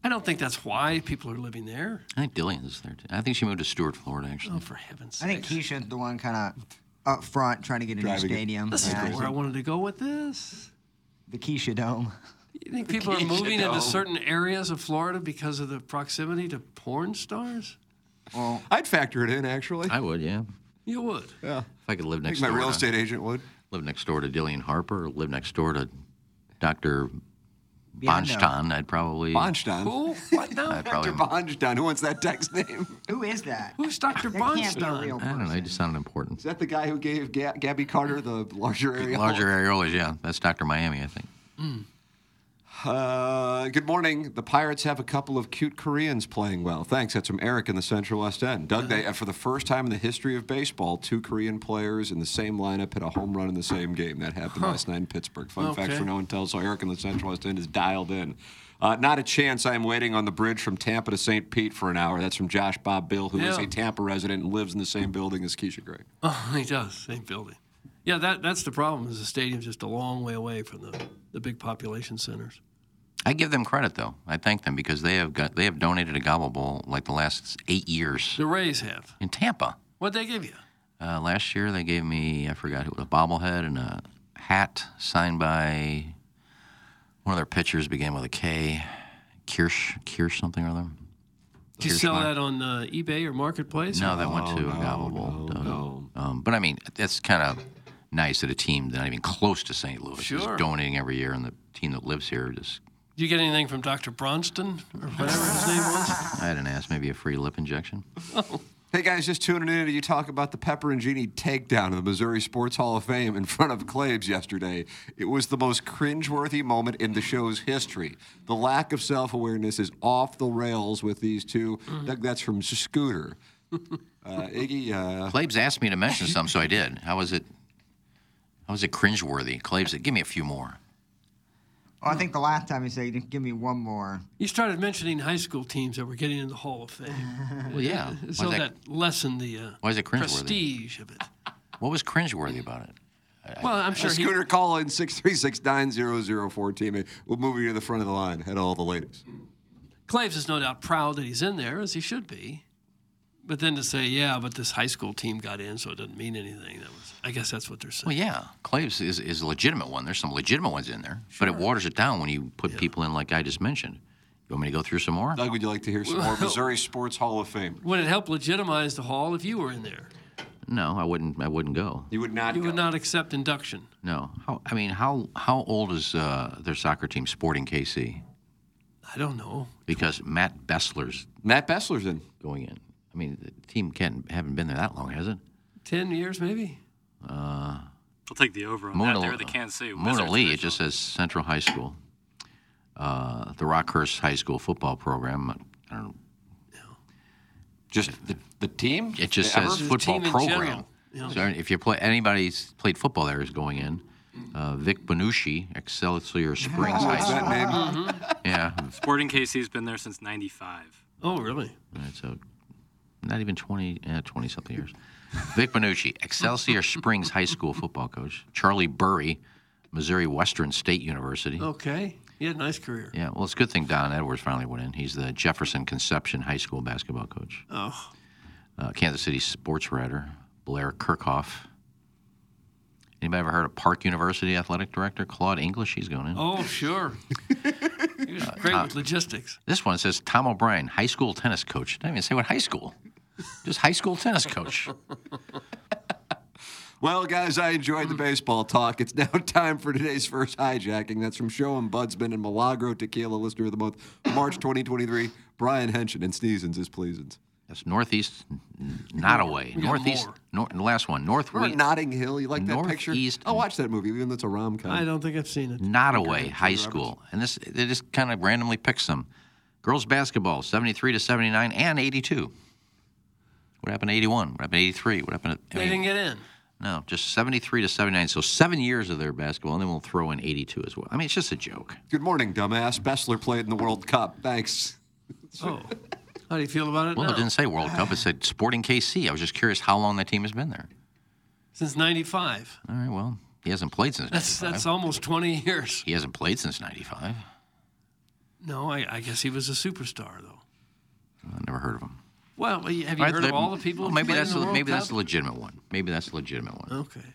S3: I don't think that's why people are living there.
S4: I think Dillian's there. Too. I think she moved to Stewart, Florida. Actually,
S3: Oh, for heaven's
S6: I
S3: sake!
S6: think Keisha's the one kind of up front trying to get into the
S2: Driving it.
S6: stadium.
S3: This is
S6: Yeah.
S3: where I wanted to go with this.
S6: The Keisha Dome.
S3: You think people are
S6: Keisha
S3: moving into
S6: Dome.
S3: certain areas of Florida because of the proximity to porn stars?
S6: Well,
S2: I'd factor it in actually.
S4: I would, yeah.
S3: You would.
S4: (laughs)
S2: Yeah.
S4: If I could live
S2: Oh. Think
S4: next
S2: my
S4: door
S2: real
S4: to-
S2: estate agent would.
S4: live next door to Dillian Harper, live next door to Dr.
S6: Beyond those.
S4: Bonston, I'd probably.
S2: Bonstein.
S3: Who? What now?
S4: I'd probably.
S2: Dr. Bonstein. Who wants that text name? (laughs)
S6: Who is that?
S3: Who's Dr.
S6: That can't be a
S3: Bonstein?
S6: real
S4: I don't know.
S6: person.
S4: He just sounded important.
S2: Is that the guy who gave Ga- Gabby Carter the larger area?
S4: Larger areolas, yeah. That's Dr. Miami, I think.
S2: Uh, good morning. The Pirates have a couple of cute Koreans playing well. Thanks. That's from Eric in the Central West End. Doug, they, uh, for the first time in the history of baseball, two Korean players in the same lineup hit a home run in the same game. That happened last night in Pittsburgh. Fun fact
S3: Okay.
S2: for no one tells. So Eric in the Central West End is dialed in. Uh, not a chance. I am waiting on the bridge from Tampa to St. Pete for an hour. That's from Josh Bob Bill, who is
S3: Yeah.
S2: a Tampa resident and lives in the same building as Keisha Gray.
S3: Oh, (laughs) he does. Same building. Yeah, that, that's the problem. Is the stadium's just a long way away from the, the big population centers.
S4: I give them credit, though. I thank them because they have got they have donated a gobble bowl like the last eight years
S3: The Rays have.
S4: in Tampa.
S3: What'd they give you?
S4: Uh, last year, they gave me, I forgot who, a bobblehead and a hat signed by one of their pitchers, began with a K. Kirsch, Kirsch something or other.
S3: Did you
S4: Here's
S3: sell
S4: my-
S3: that on uh, eBay or Marketplace?
S4: No, that went
S3: Oh,
S4: to a gobble bowl. Doug. Um, but I mean, that's kind of nice that a team that's not even close to St. Louis
S3: Sure.
S4: is donating every year, and the team that lives here just.
S3: Did you get anything from Dr. Bronston or whatever his name was?
S4: I had an ass, maybe a free lip injection.
S2: Hey guys, just tuning in to you talk about the Pepper and Genie takedown of the Missouri Sports Hall of Fame in (laughs) front of Claves yesterday. It was the most cringeworthy moment in the show's history. The lack of self awareness is off the rails with these 2
S4: Mm-hmm.
S2: Doug, that's from
S4: (laughs)
S2: Scooter. Uh, Iggy, uh,
S4: Claves asked me to mention some, so I did. How was it? How was it cringeworthy? Claves said, "Give me a few more."
S6: Well, Oh, I think the last time you said, give me one more.
S3: You started mentioning high school teams that were getting in the Hall of Fame.
S4: Well, yeah. Why
S3: (laughs)
S4: is
S3: So
S4: that-
S3: that lessened the uh,
S4: Why is it cringeworthy?
S3: prestige of it.
S4: What was cringeworthy about it?
S3: Well, I'm sure he,
S2: Scooter, call in 636 9004 We'll move you to the front of the line. Had all the latest.
S3: Claves is no doubt proud that he's in there, as he should be. But then to say, yeah, but this high school team got in, so it doesn't mean anything. That was, I guess, that's what they're saying.
S4: Well, yeah, Claves is, is a legitimate one. There's some legitimate ones in there, but it waters it down when you put people in like I just mentioned. You want me to go through some more?
S2: Doug, would you like to hear some
S4: (laughs)
S2: more Missouri Sports Hall of Fame?
S3: Would it help legitimize the hall if you were in there?
S4: No, I wouldn't. I wouldn't go.
S2: You would not.
S3: You would
S2: go.
S3: not accept induction.
S4: No. How, I mean, how how old is uh, their soccer team, Sporting KC?
S3: I don't know.
S4: Because Matt Bessler's
S2: Matt Bessler's in.
S4: going in. I mean, the team can't haven't been there that long, has it?
S3: Ten years, maybe.
S5: I'll take the over on
S4: Mona,
S5: that. They're the Kansas City
S4: Mona
S5: Wizards
S4: Lee. It
S5: original.
S4: just says Central High School. Uh, the Rockhurst High School football program. I don't know.
S2: Just the, the team?
S4: It just
S2: Ever?
S4: says football
S3: team in
S4: program.
S3: general, yeah.
S4: So if you play anybody's played football there is going in. Uh, Vic Benucci, Excelsior Springs
S3: (laughs)
S4: High
S2: What's
S4: School.
S2: that name?
S4: Yeah,
S5: Sporting KC's been there since '95.
S3: Oh, really?
S4: Right, so not even 20, eh, 20 something years. Vic Benucci, Excelsior Springs High School football coach. Charlie Burry, Missouri Western State University.
S3: Okay. He had a nice career.
S4: Yeah, well, it's a good thing Don Edwards finally went in. He's the Jefferson Conception High School basketball coach.
S3: Oh,
S4: Uh, Kansas City sports writer, Blair Kirchhoff. Anybody ever heard of Park University athletic director Claude English? He's going in.
S3: oh, sure. (laughs) he was great
S4: Uh,
S3: with logistics.
S4: This one says Tom O'Brien, high school tennis coach. Didn't even say what high school. Just high school
S3: (laughs)
S4: tennis coach.
S2: Well, guys, I enjoyed the baseball talk. It's (laughs) now time for today's first hijacking. That's from Show and Budsman and Milagro Tequila Listener of the Month, March 2023. Brian Henson and Sneezins is Pleasins.
S4: That's northeast, n- not away.
S3: got
S4: Northeast,
S3: more.
S4: nor, the last one. North,
S2: Remember Notting Hill? You like that
S4: Northeast-
S2: picture? I'll watch that movie, even though it's a rom
S3: I
S4: uh,
S2: com.
S3: don't think I've seen it.
S4: not away high school, and this they just kind of randomly pick some. Girls basketball, seventy-three to seventy-nine and eighty-two. What happened to eighty-one? What happened to eighty-three? What happened? To, I
S3: They
S4: mean,
S3: didn't get in.
S4: no, just seventy-three to seventy-nine. So seven years of their basketball, and then we'll throw in eighty-two as well. I mean, it's just a joke.
S2: Good morning, dumbass. Bessler played in the World Cup. Thanks.
S3: Oh, how do you feel about it
S4: Well,
S3: now?
S4: it didn't say World Cup; it said Sporting KC. I was just curious how long that team has been there.
S3: Since '95.
S4: All right, well, he hasn't played since.
S3: That's
S4: 95.
S3: that's almost 20 years.
S4: He hasn't played since ninety-five.
S3: No, I, I guess he was a superstar though.
S4: I never heard of him.
S3: Well, have you
S4: Right,
S3: heard
S4: let-
S3: of all the people?
S4: well,
S3: who
S4: maybe
S3: played in
S4: that's
S3: the
S4: a-
S3: World
S4: maybe that's a
S3: Cup?
S4: legitimate one. Maybe that's a legitimate one.
S3: Okay.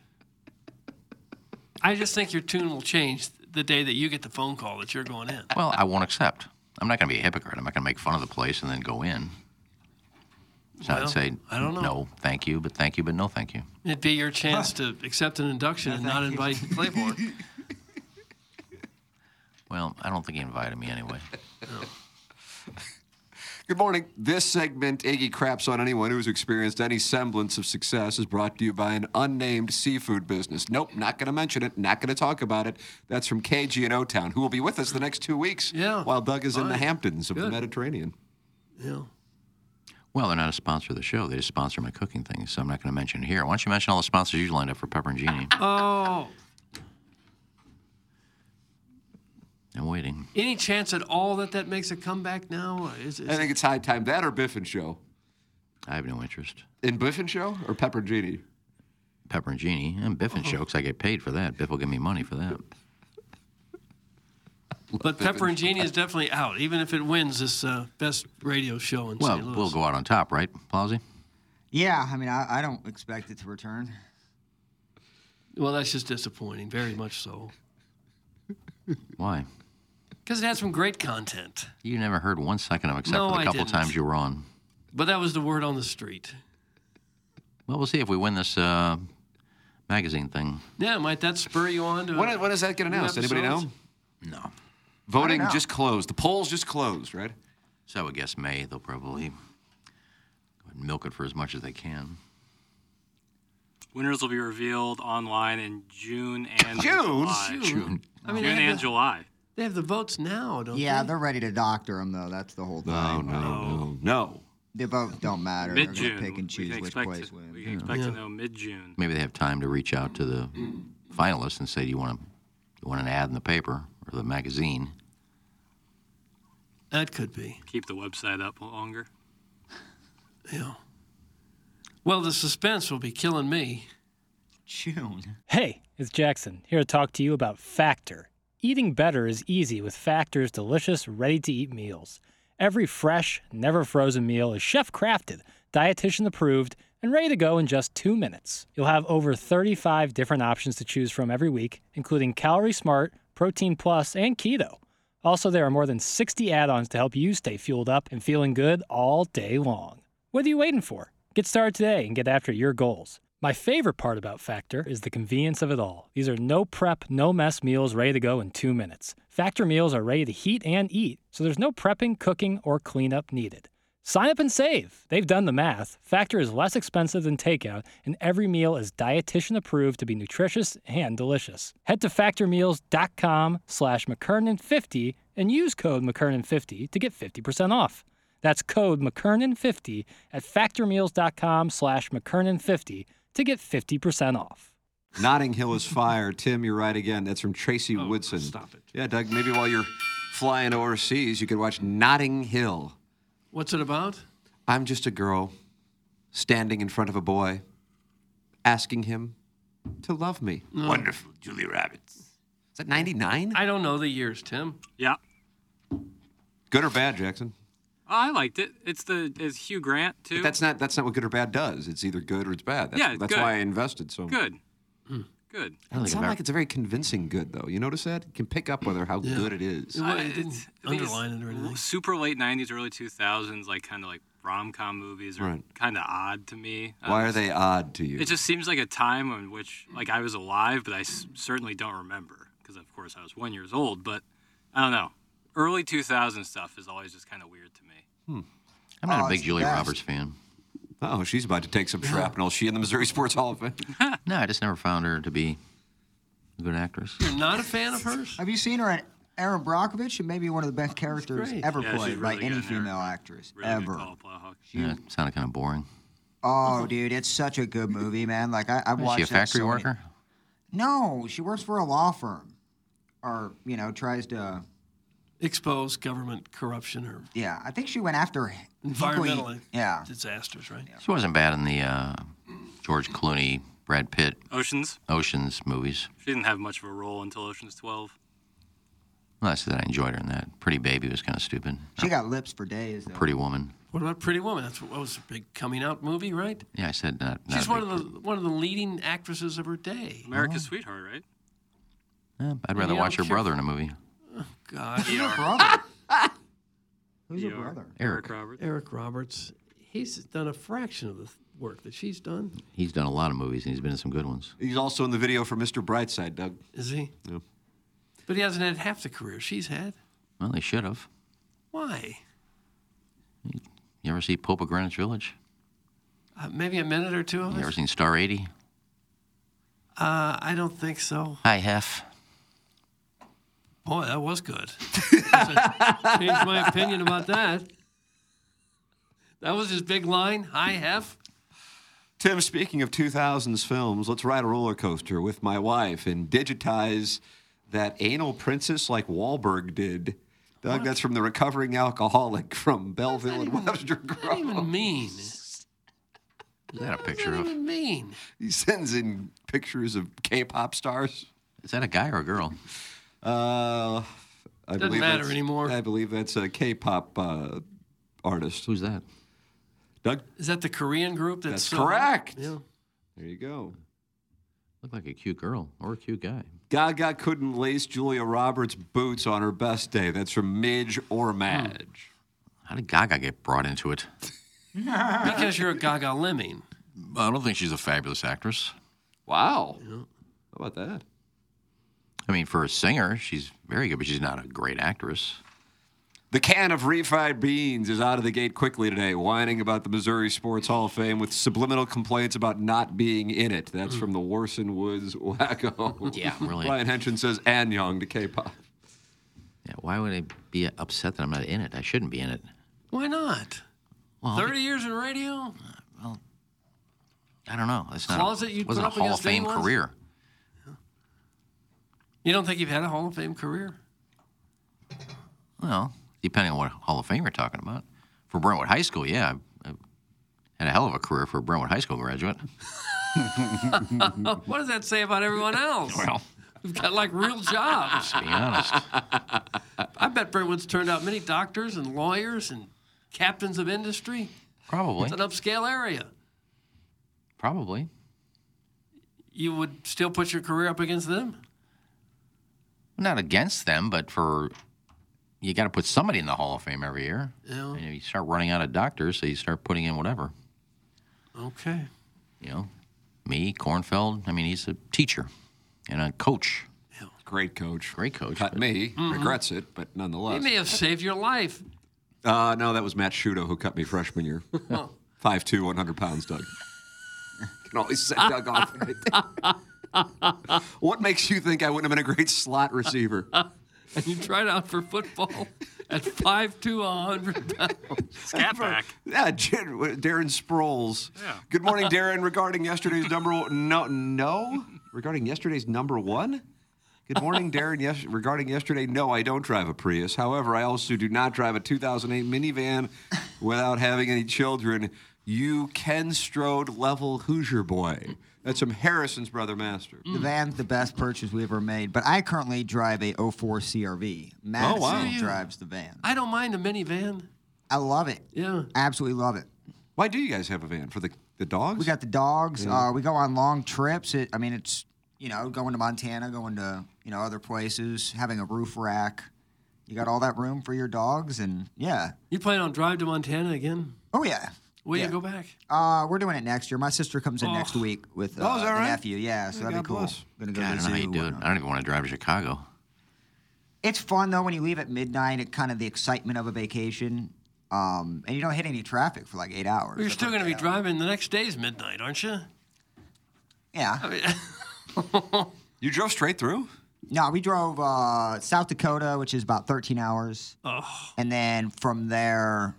S3: I just think your tune will change the day that you get the phone call that you're going in.
S4: Well, I won't accept. I'm not going to be a hypocrite. I'm not going to make fun of the place and then go in. So
S3: Well,
S4: I'd say
S3: I don't know.
S4: no, thank you, but thank you, but no, thank you.
S3: It'd be your chance to accept an induction and not invite Playboy.
S4: (laughs) Well, I don't think he invited me
S3: (laughs)
S4: anyway.
S2: Good morning. This segment, Iggy Craps on Anyone Who's Experienced Any Semblance of Success, is brought to you by an unnamed seafood business. Nope, not going to mention it, not going to talk about it. That's from KG in O Town, who will be with us the next two weeks yeah, while Doug is in the
S3: fine.
S2: Hamptons of the
S3: Good.
S2: Mediterranean.
S3: Yeah.
S4: Well, they're not a sponsor of the show. They just sponsor my cooking things, so I'm not going to mention it here. Why don't you mention all the sponsors you lined up for Pepper and Genie?
S3: (laughs) Oh,
S4: I'm waiting.
S3: any chance at all that that makes a comeback now? Is, is
S2: I think it's high time that or Biffin Show.
S4: I have no interest.
S2: In Biffin Show or Pepper Genie?
S4: Pepper and Genie and Biff and
S3: Oh.
S4: Show, 'cause I get paid for that. Biff will give me money for that.
S3: But Pepper and Genie is definitely out, even if it wins this uh, best radio show in
S4: Well,
S3: St. Louis.
S4: we'll go out on top, right, Plowsy?
S6: Yeah, I mean, I, I don't expect it to return.
S3: Well, that's just disappointing, very much so.
S4: Why?
S3: Because it had some great content,
S4: You never heard one second of it, except
S3: No,
S4: for the
S3: I
S4: couple
S3: didn't.
S4: times you were on.
S3: but that was the word on the street.
S4: Well, we'll see if we win this uh, magazine thing.
S3: Yeah, might that spur you on to?
S2: When, when does that get
S3: new
S2: announced? Anybody
S3: episodes?
S2: know?
S4: No.
S2: Voting
S3: I don't know.
S2: just closed. The polls just closed, right?
S4: So I would guess May they'll probably go ahead and milk it for as much as they can.
S5: Winners will be revealed online in June and
S3: June?
S5: July.
S3: June. I mean,
S5: June
S3: they have
S5: and
S3: the-
S5: July.
S3: They have the votes now, don't
S6: Yeah,
S3: they?
S6: they're ready to doctor them though. That's the whole thing.
S2: No, no, no, no.
S6: The vote don't matter. They're
S5: Mid
S6: gonna
S5: June.
S6: pick and
S5: We
S6: choose
S5: can
S6: which
S5: expect,
S6: place
S5: to,
S6: wins.
S5: we can expect to know mid June.
S4: Maybe they have time to reach out to the finalists and say, "Do you want to, you want an ad in the paper or the magazine?"
S3: That could be.
S5: Keep the website up longer.
S3: Yeah. Well, the suspense will be killing me.
S6: June.
S10: Hey, it's Jackson here to talk to you about Factor. Eating better is easy with Factor's delicious, ready to eat meals. Every fresh, never frozen meal is chef crafted, dietitian approved, and ready to go in just two minutes. You'll have over 35 different options to choose from every week, including Calorie Smart, Protein Plus, and Keto. Also, there are more than 60 add ons to help you stay fueled up and feeling good all day long. What are you waiting for? Get started today and get after your goals. My favorite part about Factor is the convenience of it all. These are no prep, no mess meals ready to go in two minutes. Factor meals are ready to heat and eat, so there's no prepping, cooking, or cleanup needed. Sign up and save. They've done the math. Factor is less expensive than takeout, and every meal is dietitian approved to be nutritious and delicious. Head to factormeals.com slash McKernan50 and use code McKernan50 to get 50% off. That's code McKernan50 at factormeals.com slash McKernan50 to get 50% off.
S2: Notting Hill is fire. Tim, you're right again. That's from Tracy Woodson. Stop it. Yeah, Doug, maybe while you're flying overseas, you could watch Notting Hill.
S3: What's it about?
S2: I'm just a girl standing in front of a boy, asking him to love me.
S3: No.
S2: Wonderful, Julie Rabbits. Is that 99?
S3: I don't know the years, Tim.
S5: Yeah.
S2: Good or bad, Jackson?
S5: Oh, I liked it. It's the is Hugh Grant too.
S2: But that's not that's not what good or bad does. It's either good or it's bad. That's,
S5: Yeah, it's
S2: that's
S5: good.
S2: why I invested so.
S5: good.
S2: Hmm.
S5: Good.
S2: It doesn't sound like it's a very convincing good though. You notice that? You can pick up whether how good it is.
S5: I- it's- I think it's Super late '90s, early 2000s, like kind of like rom-com movies are
S2: Right.
S5: kind of odd to me. Um,
S2: Why are they odd to you?
S5: It just seems like a time in which, like, I was alive, but I s- certainly don't remember because, of course, I was one years old. But I don't know. Early 2000 stuff is always just kind of weird to me.
S4: I'm not
S5: Oh,
S4: a big
S5: it's the
S4: Julia
S5: best.
S4: Roberts fan.
S2: Oh, she's about to take some shrapnel. She in the Missouri Sports Hall of Fame.
S4: no, I just never found her to be a good actress.
S2: Hmm.
S3: You're not a fan of hers?
S6: Have you seen her at Aaron Brockovich? She may be one of the best characters
S3: great.
S6: ever
S4: Yeah, she's
S6: played
S4: really
S6: by any
S4: good in Aaron
S6: female actress ever.
S4: Yeah, it sounded kind of boring.
S6: Oh, dude, it's such a good movie, man. Like I, I've
S4: Is
S6: watched.
S4: she a
S6: it
S4: factory
S6: so many-
S4: worker?
S6: No, she works for a law firm, or you know, tries to.
S3: Expose government corruption or
S6: Yeah, I think she went after Hinckley-
S3: environmental
S6: Yeah,
S3: disasters, right?
S4: She wasn't bad in the uh, George Clooney, Brad Pitt,
S5: Oceans.
S4: Ocean's movies.
S5: She didn't have much of a role until Ocean's 12.
S4: Well, I said I enjoyed her in that. Pretty Baby was kind of stupid.
S6: she got lips for days. Though.
S4: Pretty Woman.
S3: What about Pretty Woman? That's what was a big coming out movie, right?
S4: Yeah, I said not. not
S3: She's one of the one of the leading actresses of her day.
S5: America's
S2: Oh.
S5: Sweetheart, right?
S4: Yeah, I'd rather
S5: Yeah,
S4: watch her
S5: sure.
S4: brother in a movie.
S3: God.
S5: Who's her
S3: brother?
S6: Who's
S5: her brother?
S4: Eric.
S5: Roberts.
S3: Eric Roberts. He's done a fraction of the th- work that she's done.
S4: He's done a lot of movies and he's been in some good ones.
S2: He's also in the video for Mr. Brightside, Doug.
S3: Is he?
S2: Yeah.
S3: But he hasn't had half the career she's had.
S4: Well, they should have.
S3: Why?
S4: You ever see Pope of Greenwich Village?
S3: Uh, maybe a minute or two of
S4: You
S3: it?
S4: ever seen Star 80?
S3: Uh, I don't think so.
S4: Hi, Hef.
S3: Boy, that was good. (laughs) I changed my opinion about that. That was his big line. Hi, Hef.
S2: Tim, speaking of 2000s films, let's ride a roller coaster with my wife and digitize that anal princess like Wahlberg did. Doug, that's from the recovering alcoholic from Belleville and Webster Groves.
S3: even mean.
S4: Is that a picture
S3: What
S4: of?
S3: do you mean?
S2: (laughs) He sends in pictures of K-pop stars.
S4: Is that a guy or a girl?
S2: Uh, I
S3: Doesn't
S2: believe
S3: matter
S2: that's-
S3: anymore.
S2: I believe that's a K-pop uh, artist.
S4: Who's that?
S2: Doug.
S3: Is that the Korean group that's,
S2: That's
S3: so-
S2: correct.
S3: Yeah.
S2: There you go.
S4: Looked like a cute girl or a cute guy.
S2: Gaga couldn't lace Julia Roberts' boots on her best day. That's from Midge or
S3: Hmm.
S2: Madge.
S4: How did Gaga get brought into it?
S3: Because you're a Gaga lemming.
S4: I don't think she's a fabulous actress.
S2: Wow. How about that?
S4: I mean, for a singer, she's very good, but she's not a great actress.
S2: The can of refried beans is out of the gate quickly today, whining about the Missouri Sports Hall of Fame with subliminal complaints about not being in it. That's from the Warson Woods Wacko.
S4: Mm. (laughs) Yeah, really.
S2: Brian Henson says, and young to K pop.
S4: Yeah, why would I be upset that I'm not in it? I shouldn't be in it.
S3: Why not?
S4: Well,
S3: 30 years in radio?
S4: I don't know. That's not.
S3: Closet
S4: a,
S3: you'd put
S4: wasn't a
S3: up
S4: Hall of
S3: against
S4: Fame
S3: anyone?
S4: career.
S3: You don't think you've had a Hall of Fame career?
S4: Well, depending on what Hall of Fame you're talking about. For Brentwood High School, yeah, I, I had a hell of a career for a Brentwood High
S3: (laughs)
S4: School graduate.
S3: what does that say about everyone else?
S4: Well,
S3: We've got like real jobs.
S4: to
S3: (laughs)
S4: be honest,
S3: I bet Brentwood's turned out many doctors and lawyers and captains of industry.
S4: probably,
S3: It's an upscale area.
S4: probably.
S3: You would still put your career up against them?
S4: Not against them, but for you got to put somebody in the Hall of Fame every year.
S3: Yeah.
S4: And you start running out of doctors, so you start putting in whatever.
S3: Okay.
S4: You know, me, Kornfeld. I mean, he's a teacher and a coach,
S2: Great coach.
S4: great coach.
S2: Cut
S4: but- Mm-hmm.
S2: me. Regrets it, but
S3: He
S2: nonetheless.
S3: may have saved your life.
S2: Uh, no, that was Matt Shudo who cut me freshman
S4: (laughs)
S2: year.
S4: Oh.
S2: 5'2", 100 pounds, Doug. Can always set Doug off right
S4: (laughs)
S2: there. what makes you think I wouldn't have been a great slot receiver?
S3: And you tried out for football at 5'2", (laughs) 100 pounds.
S5: Scat back.
S2: Yeah, (laughs) Jen- Darren Sproles.
S5: Yeah.
S2: Good morning, Darren. Regarding yesterday's number one, no, no. Regarding yesterday's number one. Good morning, Darren. Yes, regarding yesterday, no, I don't drive a Prius. However, I also do not drive a 2008 minivan without having any children. You Ken Strode level Hoosier boy. That's from Harrison's brother master.
S6: The van's the best purchase we ever made, but I currently drive a 04 CRV. Madison
S2: wow.
S6: drives the van.
S3: I don't mind a minivan.
S6: I love it.
S3: Yeah.
S6: Absolutely love it.
S2: Why do you guys have a van for the the dogs?
S6: We got the dogs. Uh, we go on long trips. It, I mean, it's you know going to Montana, going to you know other places, having a roof rack. You got all that room for your dogs, and yeah,
S3: You plan on drive to Montana again?
S6: oh yeah.
S3: Will
S6: yeah.
S3: you go back?
S6: Uh, we're doing it next year. My sister comes in next
S3: Oh.
S6: week with uh,
S2: Oh, is that
S6: the
S2: right?
S6: nephew. Yeah, so
S2: Yeah,
S6: that'd
S2: God
S6: be cool.
S2: bless.
S6: Gonna go
S4: God, I
S6: to
S4: don't
S6: the
S4: know how
S6: zoo
S4: you do it.
S3: uh,
S6: and-
S4: I don't even want to drive to Chicago.
S6: It's fun though when you leave at midnight. It kind of the excitement of a vacation, um, and you don't hit any traffic for like eight hours.
S3: Well, you're
S6: That's
S3: still
S6: like
S3: going to be
S6: that.
S3: driving the next day's midnight, aren't you?
S6: Yeah.
S2: you drove straight through.
S6: No, we drove uh, South Dakota, which is about 13 hours,
S3: Oh,
S6: and then from there,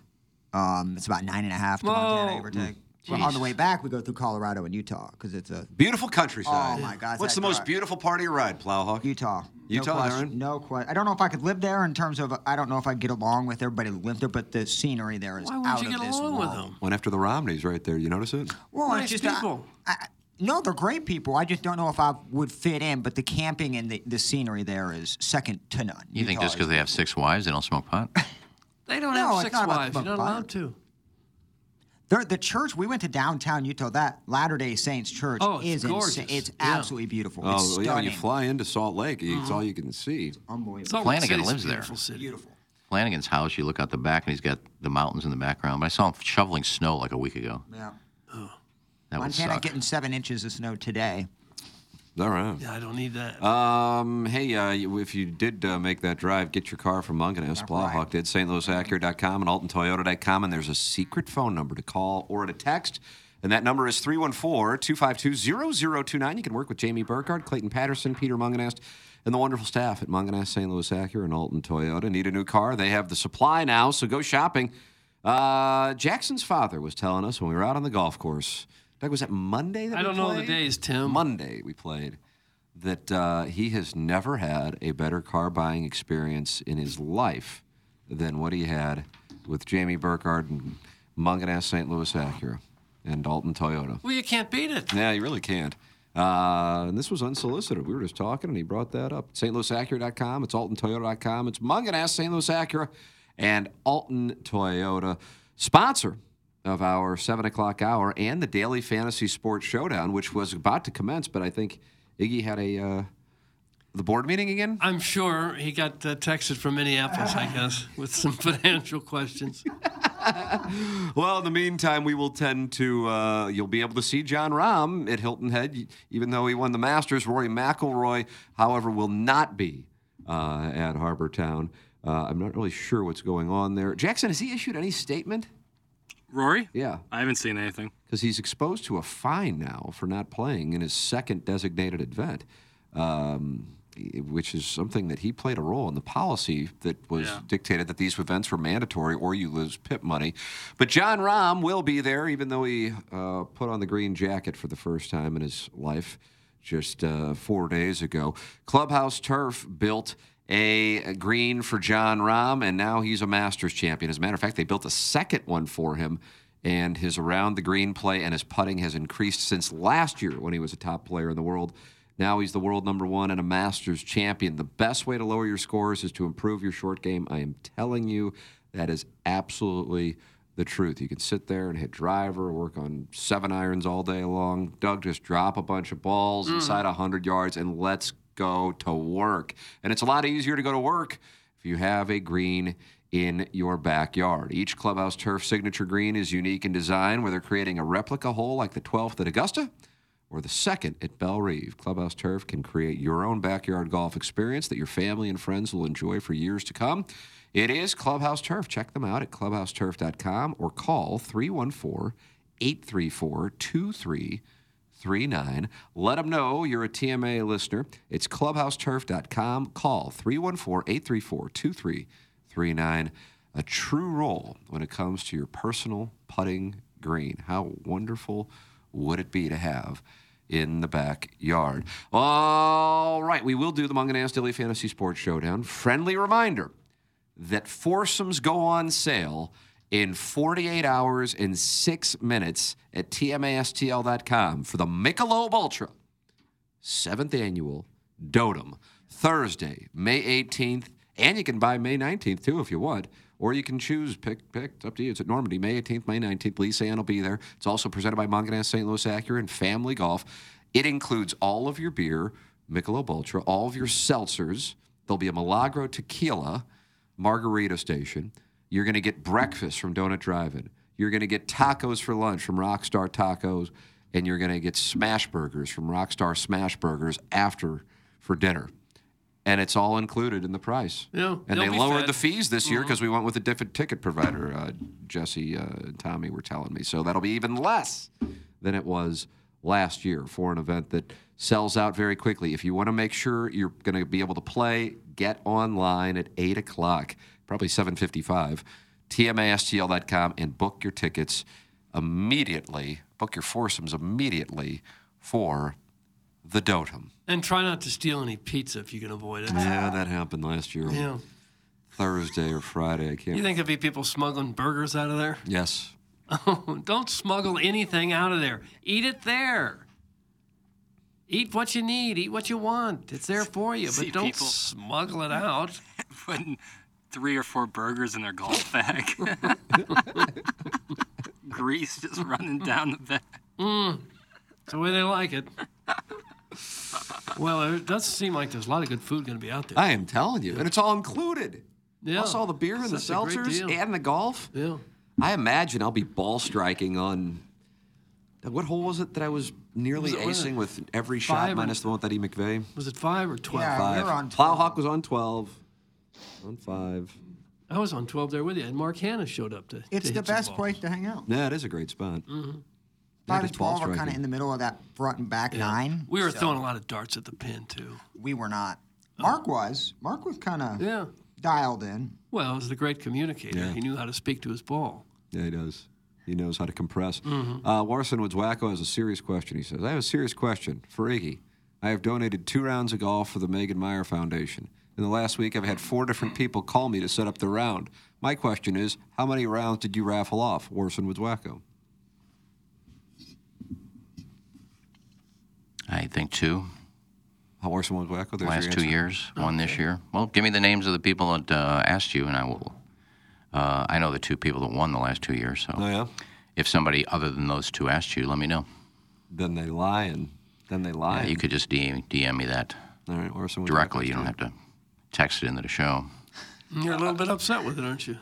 S6: um, it's about nine and a half to Montana,
S3: Whoa.
S6: give or take. Well, on the way back, we go through Colorado and Utah because it's a
S2: Beautiful countryside.
S6: Oh, my God, is
S2: What's
S6: that
S2: the most
S6: dark.
S2: beautiful part of your ride, Plowhawk?
S6: Utah.
S2: Utah,
S6: no
S2: Aaron?
S6: question. No question. I don't know if I could live there in terms of I don't know if I'd get along with everybody that lived there, but the scenery there is
S3: why wouldn't
S6: out
S3: you
S6: of
S3: get
S6: this
S3: along
S6: world.
S3: with them?
S2: Went after the Romneys right there. You notice it?
S6: Well,
S3: Nice
S6: it's just uh,
S3: people.
S6: I, I, no, they're great people. I just don't know if I would fit in. But the camping and the, the scenery there is second to none.
S4: You think
S6: Utah
S4: just
S6: is-
S4: because they have six wives, they don't smoke pot?
S3: They don't
S6: No,
S3: have
S6: it's
S3: six
S6: not about
S3: wives.
S6: the
S3: You're not
S6: fire.
S3: allowed to.
S6: There, the church we went to downtown Utah. That Latter Day Saints church
S2: Oh, it's
S6: is insa-
S2: gorgeous.
S6: It's
S2: Yeah.
S6: absolutely beautiful.
S2: Oh, yeah,
S6: it's
S2: when you
S6: stunning. Uh-huh.
S2: fly into Salt Lake, it's all you can see. It's
S6: unbelievable.
S4: Flanagan lives there.
S6: Beautiful.
S4: Flanagan's house, you look out the back and he's got the mountains in the background. But I saw him shoveling snow like a week ago.
S6: Yeah.
S4: That would
S6: Montana
S4: suck.
S6: getting seven inches of snow today.
S2: All right.
S3: Yeah, I don't need that.
S2: Um, hey, uh, you- if you did uh, make that drive, get your car from Munganess. Blahawk did. StLouisAcura.com and AltonToyota.com. And there's a secret phone number to call or to text. And that number is 314 252 0029. You can work with Jamie Burkhardt, Clayton Patterson, Peter Munganest, and the wonderful staff at Munganest, St. Louis Acura, and Alton Toyota. Need a new car? They have the supply now, so go shopping. Uh, Jackson's father was telling us when we were out on the golf course. Doug, was that Monday that
S3: I
S2: we
S3: don't know the
S2: played?
S3: days, Tim.
S2: Monday we played that uh, he has never had a better car buying experience in his life than what he had with Jamie Burkhardt and Munganess St. Louis Acura and Dalton Toyota.
S3: Well, you can't beat it.
S2: Yeah, you really can't. Uh, and this was unsolicited. We were just talking, and he brought that up. StLouisAcura.com. It's AltonToyota.com. It's Munganess St. Louis Acura and Alton Toyota, sponsor of our 7 o'clock hour and the Daily Fantasy Sports Showdown, which was about to commence, but I think Iggy had a uh, the board meeting again.
S3: I'm sure he got uh, texted from Minneapolis, I
S6: (sighs)
S3: guess, with some financial questions.
S2: Well, in the meantime, we will tend to, uh, you'll be able to see John Rahm at Hilton Head, even though he won the Masters. Rory McIlroy, however, will not be uh, at Harbor Town. Uh, I'm not really sure what's going on there. Jackson, has he issued any statement?
S5: Rory?
S2: Yeah.
S5: I haven't seen anything.
S2: Because he's exposed to a fine now for not playing in his second designated event, um, which is something that he played a role in the policy that was
S5: Yeah.
S2: dictated that these events were mandatory or you lose PIP money. But John Rahm will be there, even though he uh, put on the green jacket for the first time in his life just uh, four days ago. Clubhouse Turf built a a green for John Rahm, and now he's a Masters champion. As a matter of fact, they built a second one for him, and his around the green play and his putting has increased since last year when he was a top player in the world. Now he's the world number one and a Masters champion. The best way to lower your scores is to improve your short game. I am telling you, that is absolutely the truth. You can sit there and hit driver, work on seven irons all day long. Doug, just drop a bunch of balls
S11: Mhm.
S2: inside 100 yards and let's go to work. And it's a lot easier to go to work if you have a green in your backyard. Each clubhouse turf signature green is unique in design, whether creating a replica hole like the 12th at Augusta or the second at Belle Reve. Clubhouse Turf can create your own backyard golf experience that your family and friends will enjoy for years to come. It is Clubhouse Turf. Check them out at clubhouseturf.com or call 314 834 2339. Let them know you're a TMA listener. It's clubhouseturf.com. Call 314 834 2339. A true role when it comes to your personal putting green. How wonderful would it be to have in the backyard? All right, we will do the Munganast Daily Fantasy Sports Showdown. Friendly reminder that foursomes go on sale in 48 hours and six minutes at tmastl.com for the Michelob Ultra seventh annual Dotem Thursday, May 18th, and you can buy May 19th too if you want. Or you can choose, pick, pick. It's up to you. It's at Normandy, May 18th, May 19th. Lisa Ann will be there. It's also presented by Montgomery St. Louis Acura and Family Golf. It includes all of your beer, Michelob Ultra, all of your seltzers. There'll be a Milagro tequila, margarita station. You're going to get breakfast from Donut Drive-In. You're going to get tacos for lunch from Rockstar Tacos, and you're going to get smash burgers from Rockstar Smash Burgers after for dinner. And it's all included in the price.
S3: Yeah,
S2: And
S3: they'll
S2: they
S3: be
S2: lowered
S3: fed. Mm-hmm.
S2: the fees this year because we went with a different ticket provider. Uh, Jesse uh, and Tommy were telling me, so that'll be even less than it was last year for an event that sells out very quickly. If you want to make sure you're going to be able to play, get online at eight o'clock, probably seven fifty-five, tmastl.com, and book your tickets immediately. Book your foursomes immediately for the Dotem.
S3: And try not to steal any pizza if you can avoid it.
S2: Yeah, that happened last year.
S3: Yeah.
S2: Thursday or Friday, I can't.
S3: You think there'd be people smuggling burgers out of there?
S2: yes.
S3: Don't smuggle anything out of there. Eat it there. Eat what you need. Eat what you want. It's there for you,
S5: See
S3: but don't
S5: people-
S3: smuggle it out.
S5: Putting three or four burgers in their golf bag. (laughs) grease just running down the back.
S3: Mm. It's the way they like it. Well, it does seem like there's a lot of good food going to be out there.
S2: I am telling you, and it's all included.
S3: Yeah.
S2: Plus all the beer and the
S3: Such a great
S2: seltzers
S3: deal.
S2: and the golf.
S3: Yeah.
S2: I imagine I'll be ball striking on. What hole was it that I was nearly
S3: Was it- was
S2: acing
S3: it
S2: with every shot
S3: five or-
S2: minus the one with Eddie McVeigh?
S3: Was it five or twelve?
S2: Five. Plowhawk was on twelve. On five.
S3: I was on twelve there with you, and Mark Hanna showed up to.
S6: It's
S3: to
S6: the
S3: hit some
S6: best
S3: balls.
S6: place to hang out.
S2: Yeah, it is a great spot.
S3: Mhm.
S6: Five
S2: Yeah,
S6: and
S2: just ball
S6: twelve are kind of
S2: striking.
S6: in the middle of that front and back
S3: Yeah.
S6: nine.
S3: We were
S6: so
S3: throwing a lot of darts at the pin too.
S6: We were not. Mark was. Mark was kind of
S3: yeah.
S6: dialed in.
S3: Well, he was the great communicator.
S2: Yeah.
S3: He knew how to speak to his ball.
S2: Yeah, he does. He knows how to compress. Uh, Warson Woods Wacko has a serious question. He says, I have a serious question for Iggy. I have donated two rounds of golf for the Megan Meyer Foundation. In the last week, I've had four different people call me to set up the round. My question is, how many rounds did you raffle off, Warson Woods Wacko?
S4: I think two.
S2: How Uh, Warson Woods Wacko? There's your
S4: last two
S2: answer.
S4: years, one this year. Well, give me the names of the people that uh, asked you, and I will. Uh, I know the two people that won the last two years. So,
S2: Oh, yeah.
S4: If somebody other than those two asked you, let me know.
S2: Then they lie, and then they lie.
S4: Yeah, you could just DM, DM me that
S2: All right, or someone
S4: directly. You don't have to text it into the show.
S3: You're a little bit upset with it, aren't you?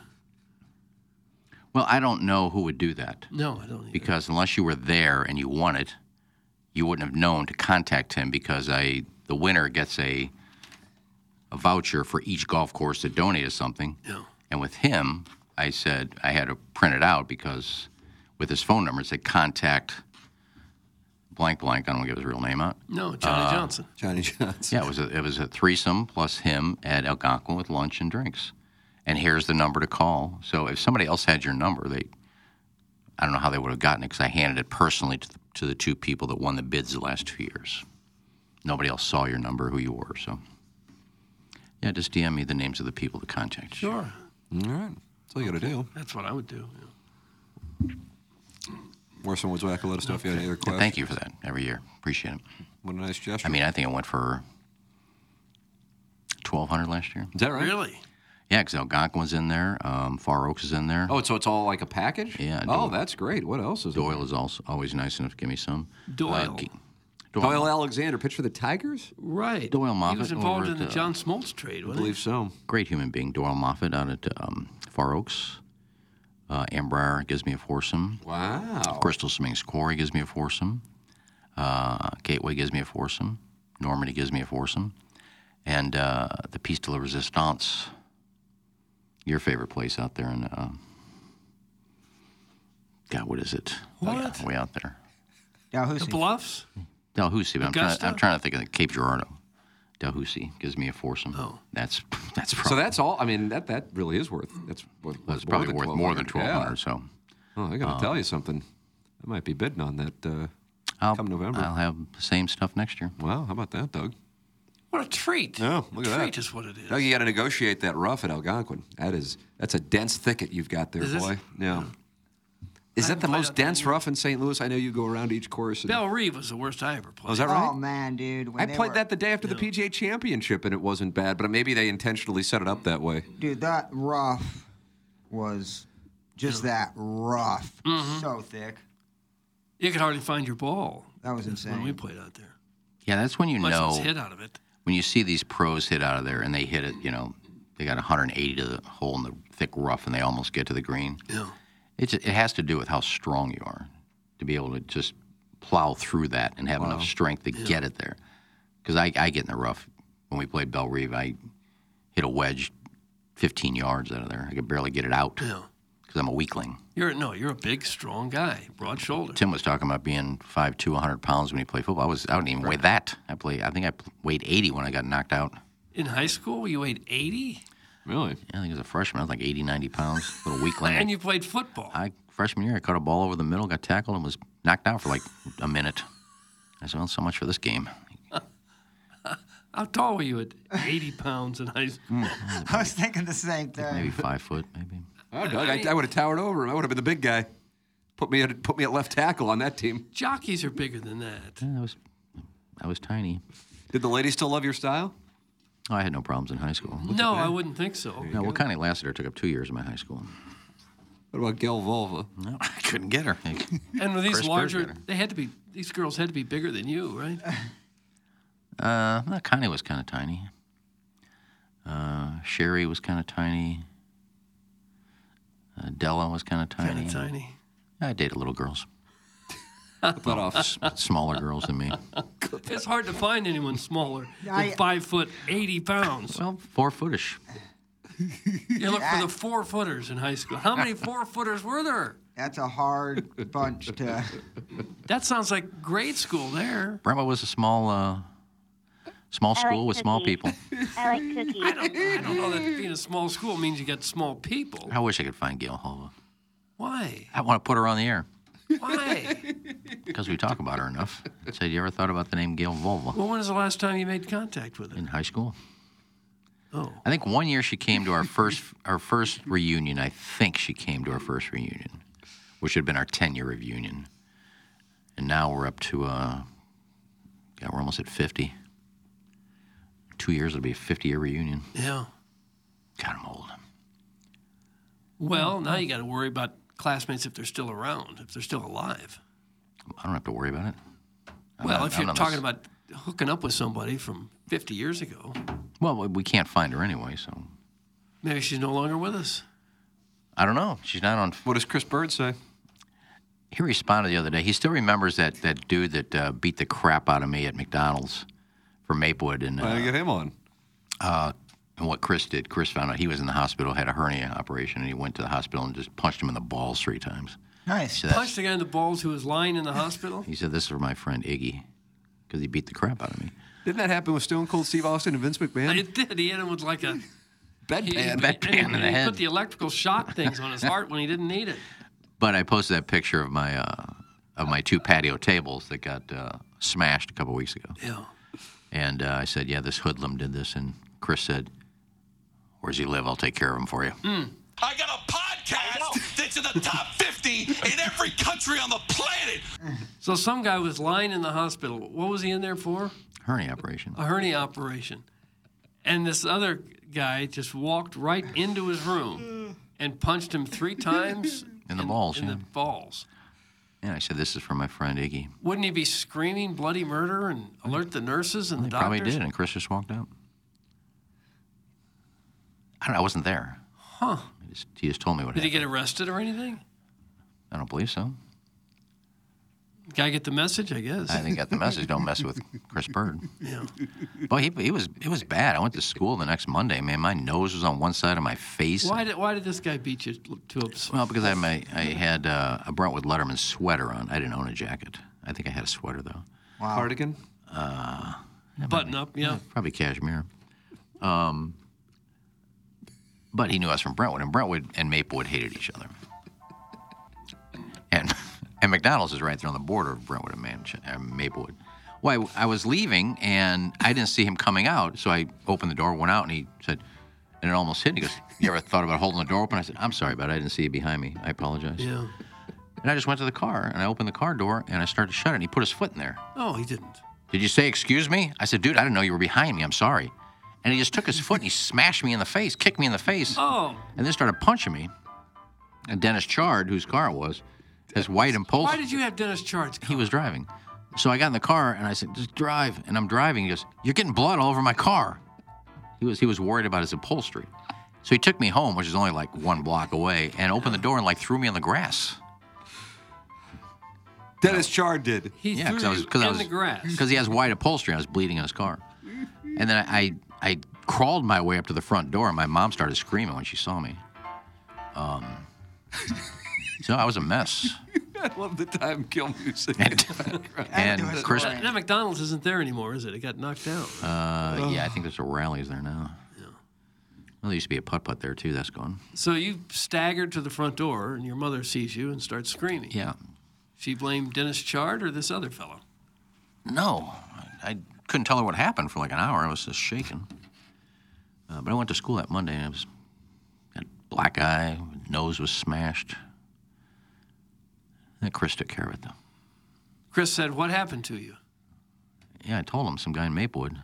S4: Well, I don't know who would do that
S3: No, I don't. either.
S4: because unless you were there and you won it, you wouldn't have known to contact him because I the winner gets a a voucher for each golf course that donated something.
S3: Yeah.
S4: And with him, I said I had to print it out because with his phone number it said contact blank blank. I don't want to give his real name out.
S3: No, Johnny
S4: Uh,
S3: Johnson.
S2: Johnny Johnson.
S4: Yeah, it was a, it was a threesome plus him at Algonquin with lunch and drinks. And here's the number to call. So if somebody else had your number, they I don't know how they would have gotten it because I handed it personally to the, to the two people that won the bids the last two years. Nobody else saw your number, who you were. So yeah, just DM me the names of the people that contacted you.
S3: Sure.
S2: All right. That's all you got to do.
S3: That's what I would do.
S2: Warson Woods Wacko, let us know if you had any other
S4: Yeah,
S2: questions.
S4: thank you for that every year. Appreciate it.
S2: What a nice gesture.
S4: I mean, I think it went for 1,200 last year.
S2: Is that right?
S3: Really?
S4: Yeah, because Algonquin's in there. Um, Far Oaks is in there.
S2: Oh, so it's all like a package?
S4: Yeah.
S2: Oh, that's great. What else is
S4: Doyle is also always nice enough to give me some. Uh,
S3: Doyle.
S4: Ge-
S2: Doyle, Alexander, pitch for the Tigers?
S3: Right.
S4: Doyle Moffat.
S3: He was involved
S4: over
S3: in the
S4: at, uh,
S3: John Smoltz trade,
S2: I
S3: wasn't he?
S2: believe so.
S4: Great human being. Doyle Moffat out at um, Far Oaks. Uh, Ambrar gives me a foursome.
S2: Wow.
S4: Crystal Smings Quarry gives me a foursome. Uh, Gateway gives me a foursome. Normandy gives me a foursome. And uh, the Piece de la Resistance, your favorite place out there in, uh, God, what is it? Oh,
S3: What?
S4: Way out there.
S3: The Bluffs?
S4: Dalhousie. but I'm trying,
S3: Augusta?
S4: I'm trying to think of it. Cape Girardeau. Dalhousie gives me a foursome. Oh. That's (laughs) that's
S2: So
S4: probably,
S2: that's all. I mean, that that really is worth. That's worth,
S4: that's probably worth more than 1,200.
S2: Yeah.
S4: So
S2: Oh, I got to
S4: Uh,
S2: tell you something. I might be bidding on that uh,
S4: I'll,
S2: come November.
S4: I'll have the same stuff next year.
S2: wow, how about that, Doug?
S3: What a treat.
S2: No, look at that. Oh,
S3: treat is what it is.
S2: Doug, you got to negotiate that rough at Algonquin. That is that's a dense thicket you've got there,
S3: Is this-
S2: boy. Yeah. Is that the most dense rough in St. Louis? I know you go around each course. And,
S3: Bell Reeve was the worst I ever played.
S2: oh, is that right?
S6: Oh man, dude. When
S2: I
S6: they
S2: played
S6: were-
S2: that the day after the PGA Championship, and it wasn't bad. But maybe they intentionally set it up that way.
S6: Dude, that rough was just that rough. So thick.
S3: You could hardly find your ball
S6: That was
S3: when we
S6: (laughs) insane.
S3: played out there.
S4: Yeah, that's when you
S3: Much less
S4: know
S3: hit out of it.
S4: when you see these pros hit out of there and they hit it. You know, they got 180 to the hole in the thick rough and they almost get to the green.
S3: Yeah.
S4: It it has to do with how strong you are to be able to just plow through that and have enough strength to get it there. Because I, I get in the rough when we played Bell Reeve. I hit a wedge 15 yards out of there. I could barely get it out
S3: Yeah.
S4: because I'm a weakling.
S3: You're no, you're a big, strong guy, broad shouldered.
S4: Tim was talking about being 5'2", 100 pounds when he played football. I was I didn't even weigh that. I play. I think I pl- weighed 80 when I got knocked out.
S3: In high school, you weighed 80,
S2: Really?
S4: Yeah, I think as a freshman, I was like 80, 90 pounds,
S3: (laughs)
S4: little weakling.
S3: and you played football.
S4: I freshman year, I caught a ball over the middle, got tackled, and was knocked out for like a minute. I said, "Well, so much for this game."
S3: How tall were you at 80 pounds in high school?
S6: I was thinking the same
S3: (laughs)
S6: thing.
S4: Maybe five foot, maybe.
S2: Oh, Doug, I, I would have towered over him. I would have been the big guy. Put me at put me at left tackle on that team.
S3: Jockeys are bigger than that.
S4: Yeah, I was, I was tiny.
S2: Did the ladies still love your style?
S4: Oh, I had no problems in high school.
S3: No, I wouldn't think so.
S4: No, well, Connie Lassiter took up two years of my high school.
S2: What about Gail Volva?
S4: No, I
S3: (laughs)
S4: couldn't get her.
S3: And were these
S4: Chris
S3: larger?
S4: Berger.
S3: They had to be. These girls had to be bigger than you, right?
S4: Uh, well, Connie was kind of tiny. Uh, Sherry was kind of tiny. Uh, Della was kind of tiny.
S3: Kinda tiny.
S4: I dated little girls.
S2: But off
S4: s- smaller girls than me.
S3: It's hard to find anyone smaller
S6: I-
S3: than five foot eighty pounds.
S4: Well, four footish.
S3: You look for the four footers in high school. How
S6: (laughs)
S3: many four footers were there?
S6: That's
S4: (laughs)
S6: a hard bunch to.
S3: That sounds like grade school there.
S4: Brahma was a small, uh, small
S3: I like
S4: school with small
S3: cookies.
S4: people.
S3: I like cookies. I don't, know that being a small school means you got small people.
S4: I wish I could find Gail Hova.
S3: Why?
S4: I want to put her on the air
S3: Why?
S4: because we talk about her
S3: (laughs)
S4: enough. I said, you ever thought about the name Gail Volva
S3: well, when was the last time you made contact with her?
S4: in high school?
S3: Oh.
S4: I think one year she came to our first our first reunion. I think she came to our first reunion, which had been our ten year reunion, and now we're up to uh, God, we're almost at fifty. Two years it'll be a fifty year reunion.
S3: Yeah.
S4: God, I'm old.
S3: Well, now you got to worry about classmates if they're still around, if they're still alive.
S4: I don't have to worry about it. I'm
S3: well,
S4: not-
S3: if
S4: I'm
S3: you're
S4: not
S3: talking
S4: mis-
S3: about hooking up with somebody from 50 years ago,
S4: well, we can't find her anyway, so
S3: maybe she's no longer with us.
S4: I don't know. She's not on.
S2: What does Chris Bird say?
S4: He responded the other day. He still remembers that that dude that uh, beat the crap out of me at McDonald's for Maplewood and.
S2: Why did I
S4: Uh,
S2: get him on?
S4: uh, and what Chris did, Chris found out he was in the hospital, had a hernia operation, and he went to the hospital and just punched him in the balls three times.
S6: Nice.
S4: So that's-
S3: Punched the guy in the balls who was lying in the hospital.
S4: He said, "This is for my friend Iggy, because he beat the crap out of me."
S2: Didn't that happen with Stone Cold Steve Austin and Vince McMahon?
S3: It did. He hit him with like a
S2: Bedpan.
S3: He,
S4: Bedpan
S3: he,
S4: in the
S3: he
S4: head.
S3: put the electrical shock things on his heart when he didn't need it.
S4: But I posted that picture of my uh, of my two patio tables that got uh, smashed a couple weeks ago,
S3: Yeah.
S4: and uh, I said, "Yeah, this hoodlum did this." And Chris said, "Where does he live? I'll take care of him for you."
S3: Mm.
S8: I got a podcast that's in the top 50 in every country on the planet.
S3: So some guy was lying in the hospital. What was he in there for?
S4: Hernia operation.
S3: A hernia operation. And this other guy just walked right into his room and punched him
S4: (laughs)
S3: three times
S4: In the balls,
S3: in
S4: yeah.
S3: the balls.
S4: And I said, "This is for my friend Iggy."
S3: Wouldn't he be screaming bloody murder and alert the nurses and the
S4: He
S3: doctors?
S4: probably did, and Chris just walked out. I don't know. I wasn't there.
S3: Huh.
S4: He just, he just told me what
S3: Did he
S4: happened.
S3: get arrested or anything?
S4: I don't believe so.
S3: Guy get the message, I guess.
S4: I think he got the message. Don't mess with Chris Bird.
S3: Yeah.
S4: Well, he, he was it was bad. I went to school the next Monday. Man, my nose was on one side of my face.
S3: Why did Why did this guy beat you to a
S4: Well, because I had my I had uh, a Brentwood Letterman sweater on. I didn't own a jacket. I think I had a sweater though.
S6: Wow.
S2: Cardigan?
S4: Uh,
S3: button up? Yeah.
S4: probably cashmere. Um, but he knew I was from Brentwood, and Brentwood and Maplewood hated each other. And (laughs) and McDonald's is right there on the border of Brentwood and Man- uh, Maplewood. Well, I, I was leaving, and I didn't see him coming out, so I opened the door, went out, and he said, and it almost hit. me. He goes, "You ever thought about holding the door open?" I said, "I'm sorry, but I didn't see you behind me. I apologize."
S3: Yeah.
S4: And I just went to the car, and I opened the car door, and I started to shut it, and he put his foot in there.
S3: Oh, he didn't.
S4: Did you say excuse me? I said, dude, I didn't know you were behind me. I'm sorry. And he just took his foot and he smashed me in the face, kicked me in the face,
S3: Oh,
S4: and then started punching me. And Dennis Chard, whose car it was, as white and
S3: why
S4: pulse,
S3: did you have Dennis Chards?
S4: he was driving. So I got in the car and I said, just drive. And I'm driving. He goes, you're getting blood all over my car. He was he was worried about his upholstery. So he took me home, which is only like one block away, and opened the door and like threw me on the grass.
S2: Dennis Chard did.
S3: He
S4: Yeah,
S3: threw
S4: because I was
S3: you
S4: because
S3: in
S4: I was
S3: the
S4: (laughs)
S3: grass.
S4: because he has white upholstery. I was bleeding in his car, and then I, I I crawled my way up to the front door, and my mom started screaming when she saw me. Um, (laughs) so I was
S3: (laughs)
S4: a mess.
S2: (laughs) I love the time kill music.
S4: And Chris, uh,
S3: That, that McDonald's isn't there anymore, is it? It got knocked down.
S4: uh, yeah, I think there's a rallies there now. Well, there used to be a putt putt there too. That's gone.
S3: So you staggered to the front door, and your mother sees you and starts screaming.
S4: Yeah.
S3: She blamed Dennis Chard or this other fellow.
S4: No, I, I couldn't tell her what happened for like an hour. I was just shaken. Uh, but I went to school that Monday and I was had a black eye, nose was smashed. And Chris took care of it though.
S3: Chris said, "What happened to you?"
S4: Yeah, I told him some guy in Maplewood,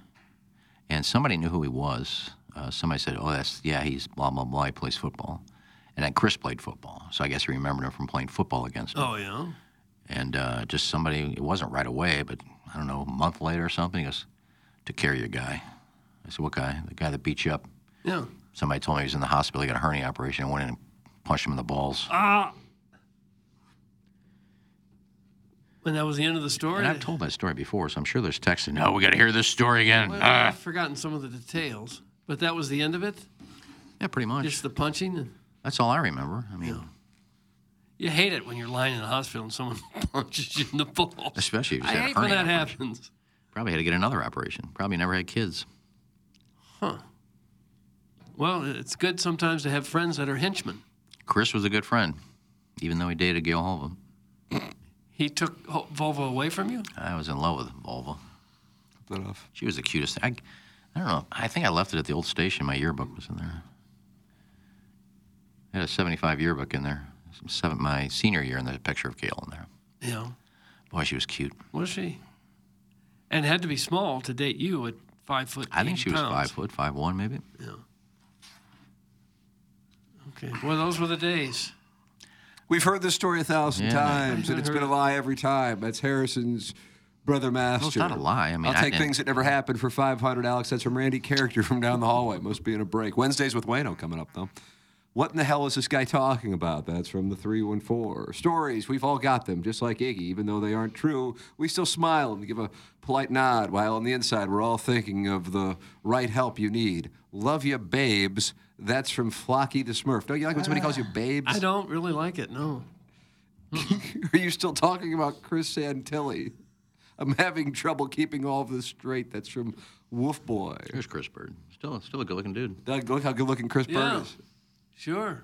S4: and somebody knew who he was. Uh, somebody said, "Oh, that's yeah, he's blah blah blah. He plays football." And then Chris played football, so I guess he remembered him from playing football against me.
S3: Oh yeah.
S4: And uh, just somebody, it wasn't right away, but I don't know, a month later or something, he goes, to carry your guy. I said, what guy? The guy that beat you up.
S3: Yeah.
S4: Somebody told me he was in the hospital, he got a hernia operation. I went in and punched him in the balls.
S3: Ah. And that was the end of the story.
S4: And I've told that story before, so I'm sure there's texting. No, we got to hear this story again.
S3: Well,
S4: Ah.
S3: I've forgotten some of the details, but that was the end of it.
S4: Yeah, pretty much.
S3: Just the punching. and-
S4: That's all I remember. I mean,
S3: You hate it when you're lying in the hospital and someone (laughs) punches you in the balls.
S4: Especially if you
S3: I
S4: had a
S3: hate when
S4: hernia
S3: that happens.
S4: probably had to get another operation. Probably never had kids.
S3: Huh. Well, it's good sometimes to have friends that are henchmen.
S4: Chris was a good friend, even though he dated Gail Holva.
S3: He took Ho- Volvo away from you.
S4: I was in love with Volva.
S2: Enough.
S4: She was the cutest. I, I don't know. I think I left it at the old station. My yearbook was in there. I had a 75 yearbook in there. Some Seven, my senior year, and there's a picture of Gail in there.
S3: You know,
S4: Boy, she was cute.
S3: was she? And had to be small to date you at five foot.
S4: I think
S3: 80
S4: she was
S3: pounds.
S4: five foot, five one, maybe.
S3: Okay. Well, those were the days.
S2: We've heard this story a thousand
S3: Yeah.
S2: times, and it's been a lie every time. That's Harrison's brother master.
S4: it's not a lie. I mean,
S2: I'll
S4: I
S2: take
S4: didn't-
S2: things that never happened for 500, Alex. That's from Randy Character from down the hallway. Must be in a break. Wednesdays with Wayno coming up, though. What in the hell is this guy talking about? That's from the 314. Stories, we've all got them, just like Iggy, even though they aren't true. We still smile and give a polite nod, while on the inside, we're all thinking of the right help you need. Love you, babes. That's from Flocky the Smurf. Don't you like when somebody calls you babes?
S3: I don't really like it. No.
S2: Are you still talking about Chris Santilli? I'm having trouble keeping all of this straight. That's from Wolf Boy.
S4: Here's Chris Bird. Still, still a good-looking dude.
S2: Doug, look how good-looking Chris
S3: Yeah.
S2: Bird is.
S3: Sure.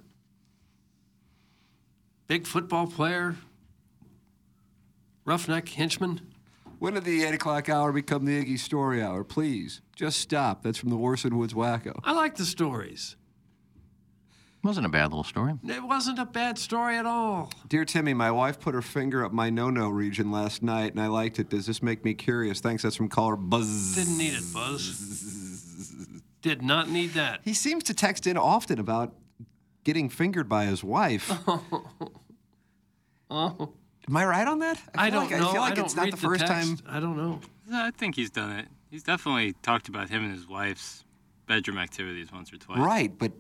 S3: Big football player. Roughneck henchman.
S2: When did the eight o'clock hour become the Iggy Story Hour? Please, just stop. That's from the Warson Woods Wacko.
S3: I like the stories.
S4: Wasn't a bad little story.
S3: It wasn't a bad story at all.
S2: Dear Timmy, my wife put her finger up my no-no region last night, and I liked it. Does this make me curious? Thanks. That's from caller Buzz.
S3: Didn't need it, Buzz. Did not need that.
S2: He seems to text in often about getting fingered by his
S5: (laughs)
S2: wife.
S3: Oh.
S2: Am I right on that?
S5: I
S2: feel
S5: don't
S2: like, I
S5: know.
S2: feel
S5: I
S2: like it's
S5: don't
S2: not the
S5: read the
S2: first time.
S5: text.
S3: I don't know.
S5: No, I think he's done it. He's definitely talked about him and his wife's bedroom activities once or twice.
S2: Right, but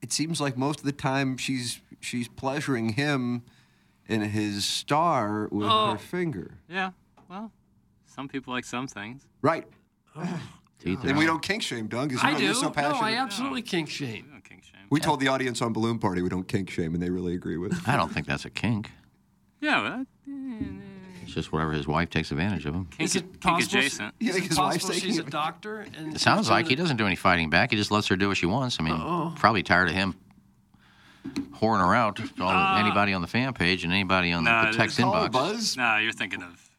S2: it seems like most of the time she's she's pleasuring him and his star with
S5: Oh.
S2: her finger.
S5: Yeah. Well, some people like some things.
S2: Right.
S4: Teeth
S2: and we don't kink shame, Doug. Is
S3: I do.
S2: You're so passionate.
S3: no, I absolutely kink shame.
S2: we told the audience on Balloon Party we don't kink shame, and they really agree with.
S4: I don't think that's a kink.
S5: Yeah. Well,
S4: It's just whatever his wife takes advantage of him.
S5: kink,
S3: Is it
S5: kink
S3: possible?
S5: adjacent.
S3: She, is it possible
S2: taking
S3: she's a doctor? And
S4: It sounds like he doesn't do any fighting back. He just lets her do what she wants. I mean, probably tired of him whoring her out to all, anybody on the fan page and anybody on
S5: Uh. Nah,
S4: the text
S5: it's-
S4: inbox.
S5: Nah, you're thinking of.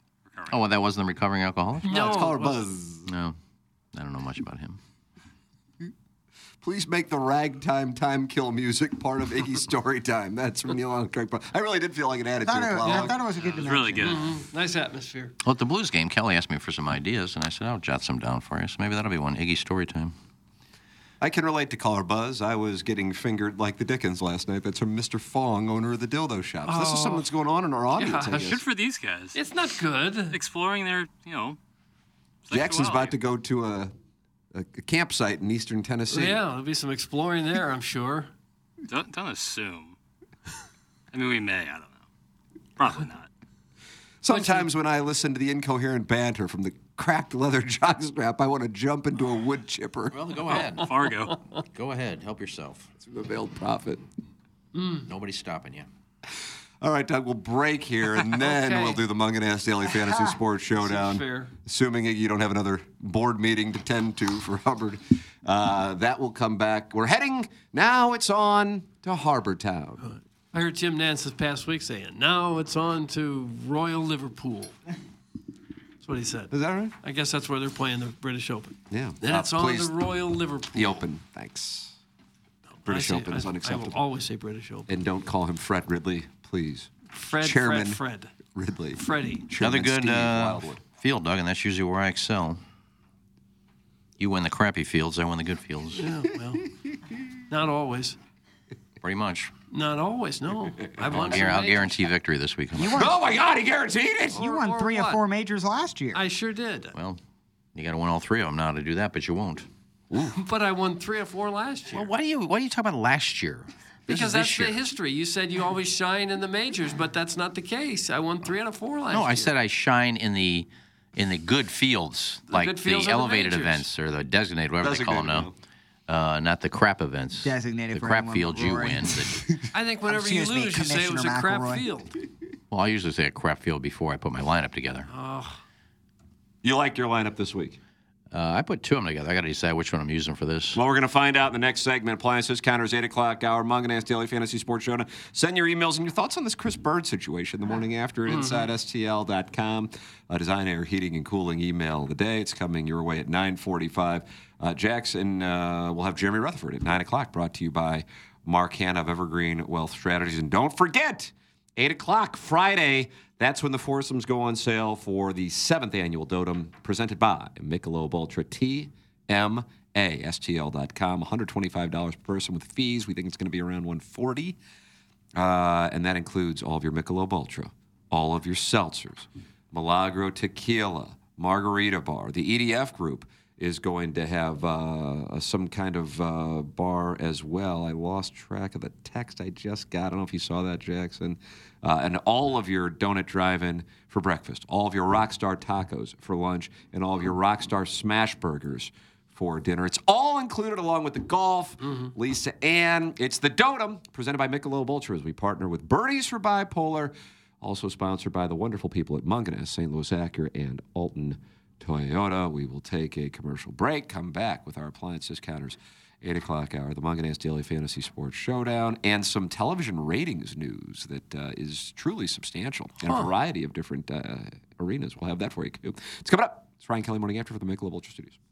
S4: Oh, well, that wasn't the recovering alcoholic?
S2: No, it's called Buzz.
S4: No, I don't know much about him.
S2: Please make the ragtime time kill music part of Iggy's story time. That's from Neil Armstrong. I really did feel like an added to
S6: (laughs) thought
S2: a
S6: it-
S2: plot.
S6: yeah, I thought it was a good dimension.
S5: really good.
S3: Mhm. Nice atmosphere.
S4: Well, at the Blues game, Kelly asked me for some ideas, and I said, I'll jot some down for you. So maybe that'll be one Iggy story time.
S2: I can relate to caller Buzz. I was getting fingered like the Dickens last night. That's from Mr. Fong, owner of the dildo shops. This is something that's going on in
S6: Oh,
S2: our audience.
S6: (laughs)
S2: I
S5: Good
S2: guess.
S5: for these guys.
S3: It's not good. (laughs)
S5: Exploring their, you know.
S2: Jackson's
S5: sexuality.
S2: about to go to a, a, a campsite in eastern Tennessee.
S3: Yeah, there'll be some exploring there, I'm sure.
S5: Don't, don't assume. I mean, we may. I don't know. Probably not.
S2: Sometimes when I listen to the incoherent banter from the cracked leather (laughs) jockstrap, I want to jump into a wood chipper.
S4: Well, go ahead.
S5: Fargo.
S4: Go ahead. Help yourself.
S2: It's the veiled prophet.
S4: Nobody's stopping you.
S2: All right, Doug, we'll break here,
S3: (laughs)
S2: and then
S3: Okay.
S2: we'll do the Mung and Ass Daily
S3: (laughs)
S2: Fantasy Sports Showdown.
S3: fair.
S2: Assuming you don't have another board meeting to tend to for Hubbard, uh, that will come back. We're heading now. It's on to Harbor Town.
S3: I heard Jim Nance this past week saying, now it's on to Royal Liverpool. That's what he said.
S2: Is that right?
S3: I guess that's where they're playing the British Open.
S2: Yeah.
S3: Then
S2: Uh,
S3: it's on
S2: please-
S3: the Royal Liverpool.
S2: The Open. Thanks. British
S3: I say-
S2: Open is
S3: I- I
S2: unacceptable.
S3: will always say British Open.
S2: and don't call him Fred Ridley, please.
S3: Fred,
S2: Chairman
S3: Fred, Fred.
S2: Ridley.
S3: Freddie.
S2: Chairman
S4: Another good
S2: Steve
S4: uh,
S2: Wildwood.
S4: field, Doug, and that's usually where I excel. You win the crappy fields, I win the good fields.
S3: Yeah, well, not always.
S4: Pretty much.
S3: Not
S2: (laughs)
S3: always, no. I've
S4: I'll,
S3: won
S4: guar-
S3: some
S4: I'll
S3: majors.
S4: guarantee victory this week.
S3: You won- Oh my God, he guaranteed it?
S6: You
S3: Or-
S6: won
S3: or
S6: three or
S3: what?
S6: four majors last year.
S3: I sure did.
S4: Well, you got to win all three of them now to do that, but you won't.
S3: But I won three or four last year.
S4: Why do you Why do you talk about last year? This
S3: because
S4: is this
S3: that's the
S4: year.
S3: history. You said you always shine in the majors, but that's not the case. I won three out of four last
S4: No,
S3: year.
S4: I said I shine in the in the good fields, like
S3: good fields
S4: the
S3: are the
S4: elevated
S3: majors.
S4: events or the designated, whatever they call them now. Uh, not the crap events.
S6: Designated
S4: the
S6: for
S4: crap
S6: anyone but
S4: fields you
S6: Rory.
S4: win.
S6: (laughs)
S4: The-
S3: I think whenever you
S6: Excuse me,
S3: lose, you say it was a
S6: Commissioner
S3: crap
S6: McElroy.
S3: field.
S4: well, I usually say a crap field before I put my lineup together.
S6: Uh-huh.
S3: Oh,
S2: You like your lineup this week?
S4: Uh, I put two of them together. I got to decide which one I'm using for this.
S2: Well, we're going to find out in the next segment. Appliances Counters, 8 o'clock hour, Munganast Daily Fantasy Sports Show. Now, Send your emails and your thoughts on this Chris Bird situation the morning after at InsideSTL.com. Uh, design, air, heating, and cooling email of the day. It's coming your way at 945. Uh, Jackson, uh, we'll have Jeremy Rutherford at 9 o'clock, brought to you by Mark Hanna of Evergreen Wealth Strategies. And don't forget, 8 o'clock Friday, that's when the foursomes go on sale for the seventh annual Dotem, presented by Michelob Ultra TMA. STL.com, $125 per person with fees. We think it's going to be around 140 uh, and that includes all of your Michelob Ultra, all of your seltzers, Milagro Tequila, Margarita Bar. The EDF group is going to have uh, some kind of uh, bar as well. I lost track of the text I just got. I don't know if you saw that, Jackson. Uh, and all of your donut drive-in for breakfast, all of your Rockstar tacos for lunch, and all of your Rockstar smash burgers for dinner. It's all included along with the golf, Lisa Ann. It's the Dotem presented by Michelob Ultra as we partner with Birdies for Bipolar, also sponsored by the wonderful people at Munganess, St. Louis Acura, and Alton Toyota. We will take a commercial break, come back with our appliance discounters. 8 o'clock hour, the Munganess Daily Fantasy Sports Showdown, and some television ratings news that uh, is truly substantial in a
S3: Huh.
S2: variety of different uh, arenas. We'll have that for you, too. It's coming up. It's Ryan Kelly Morning After for the Michelob Ultra Studios.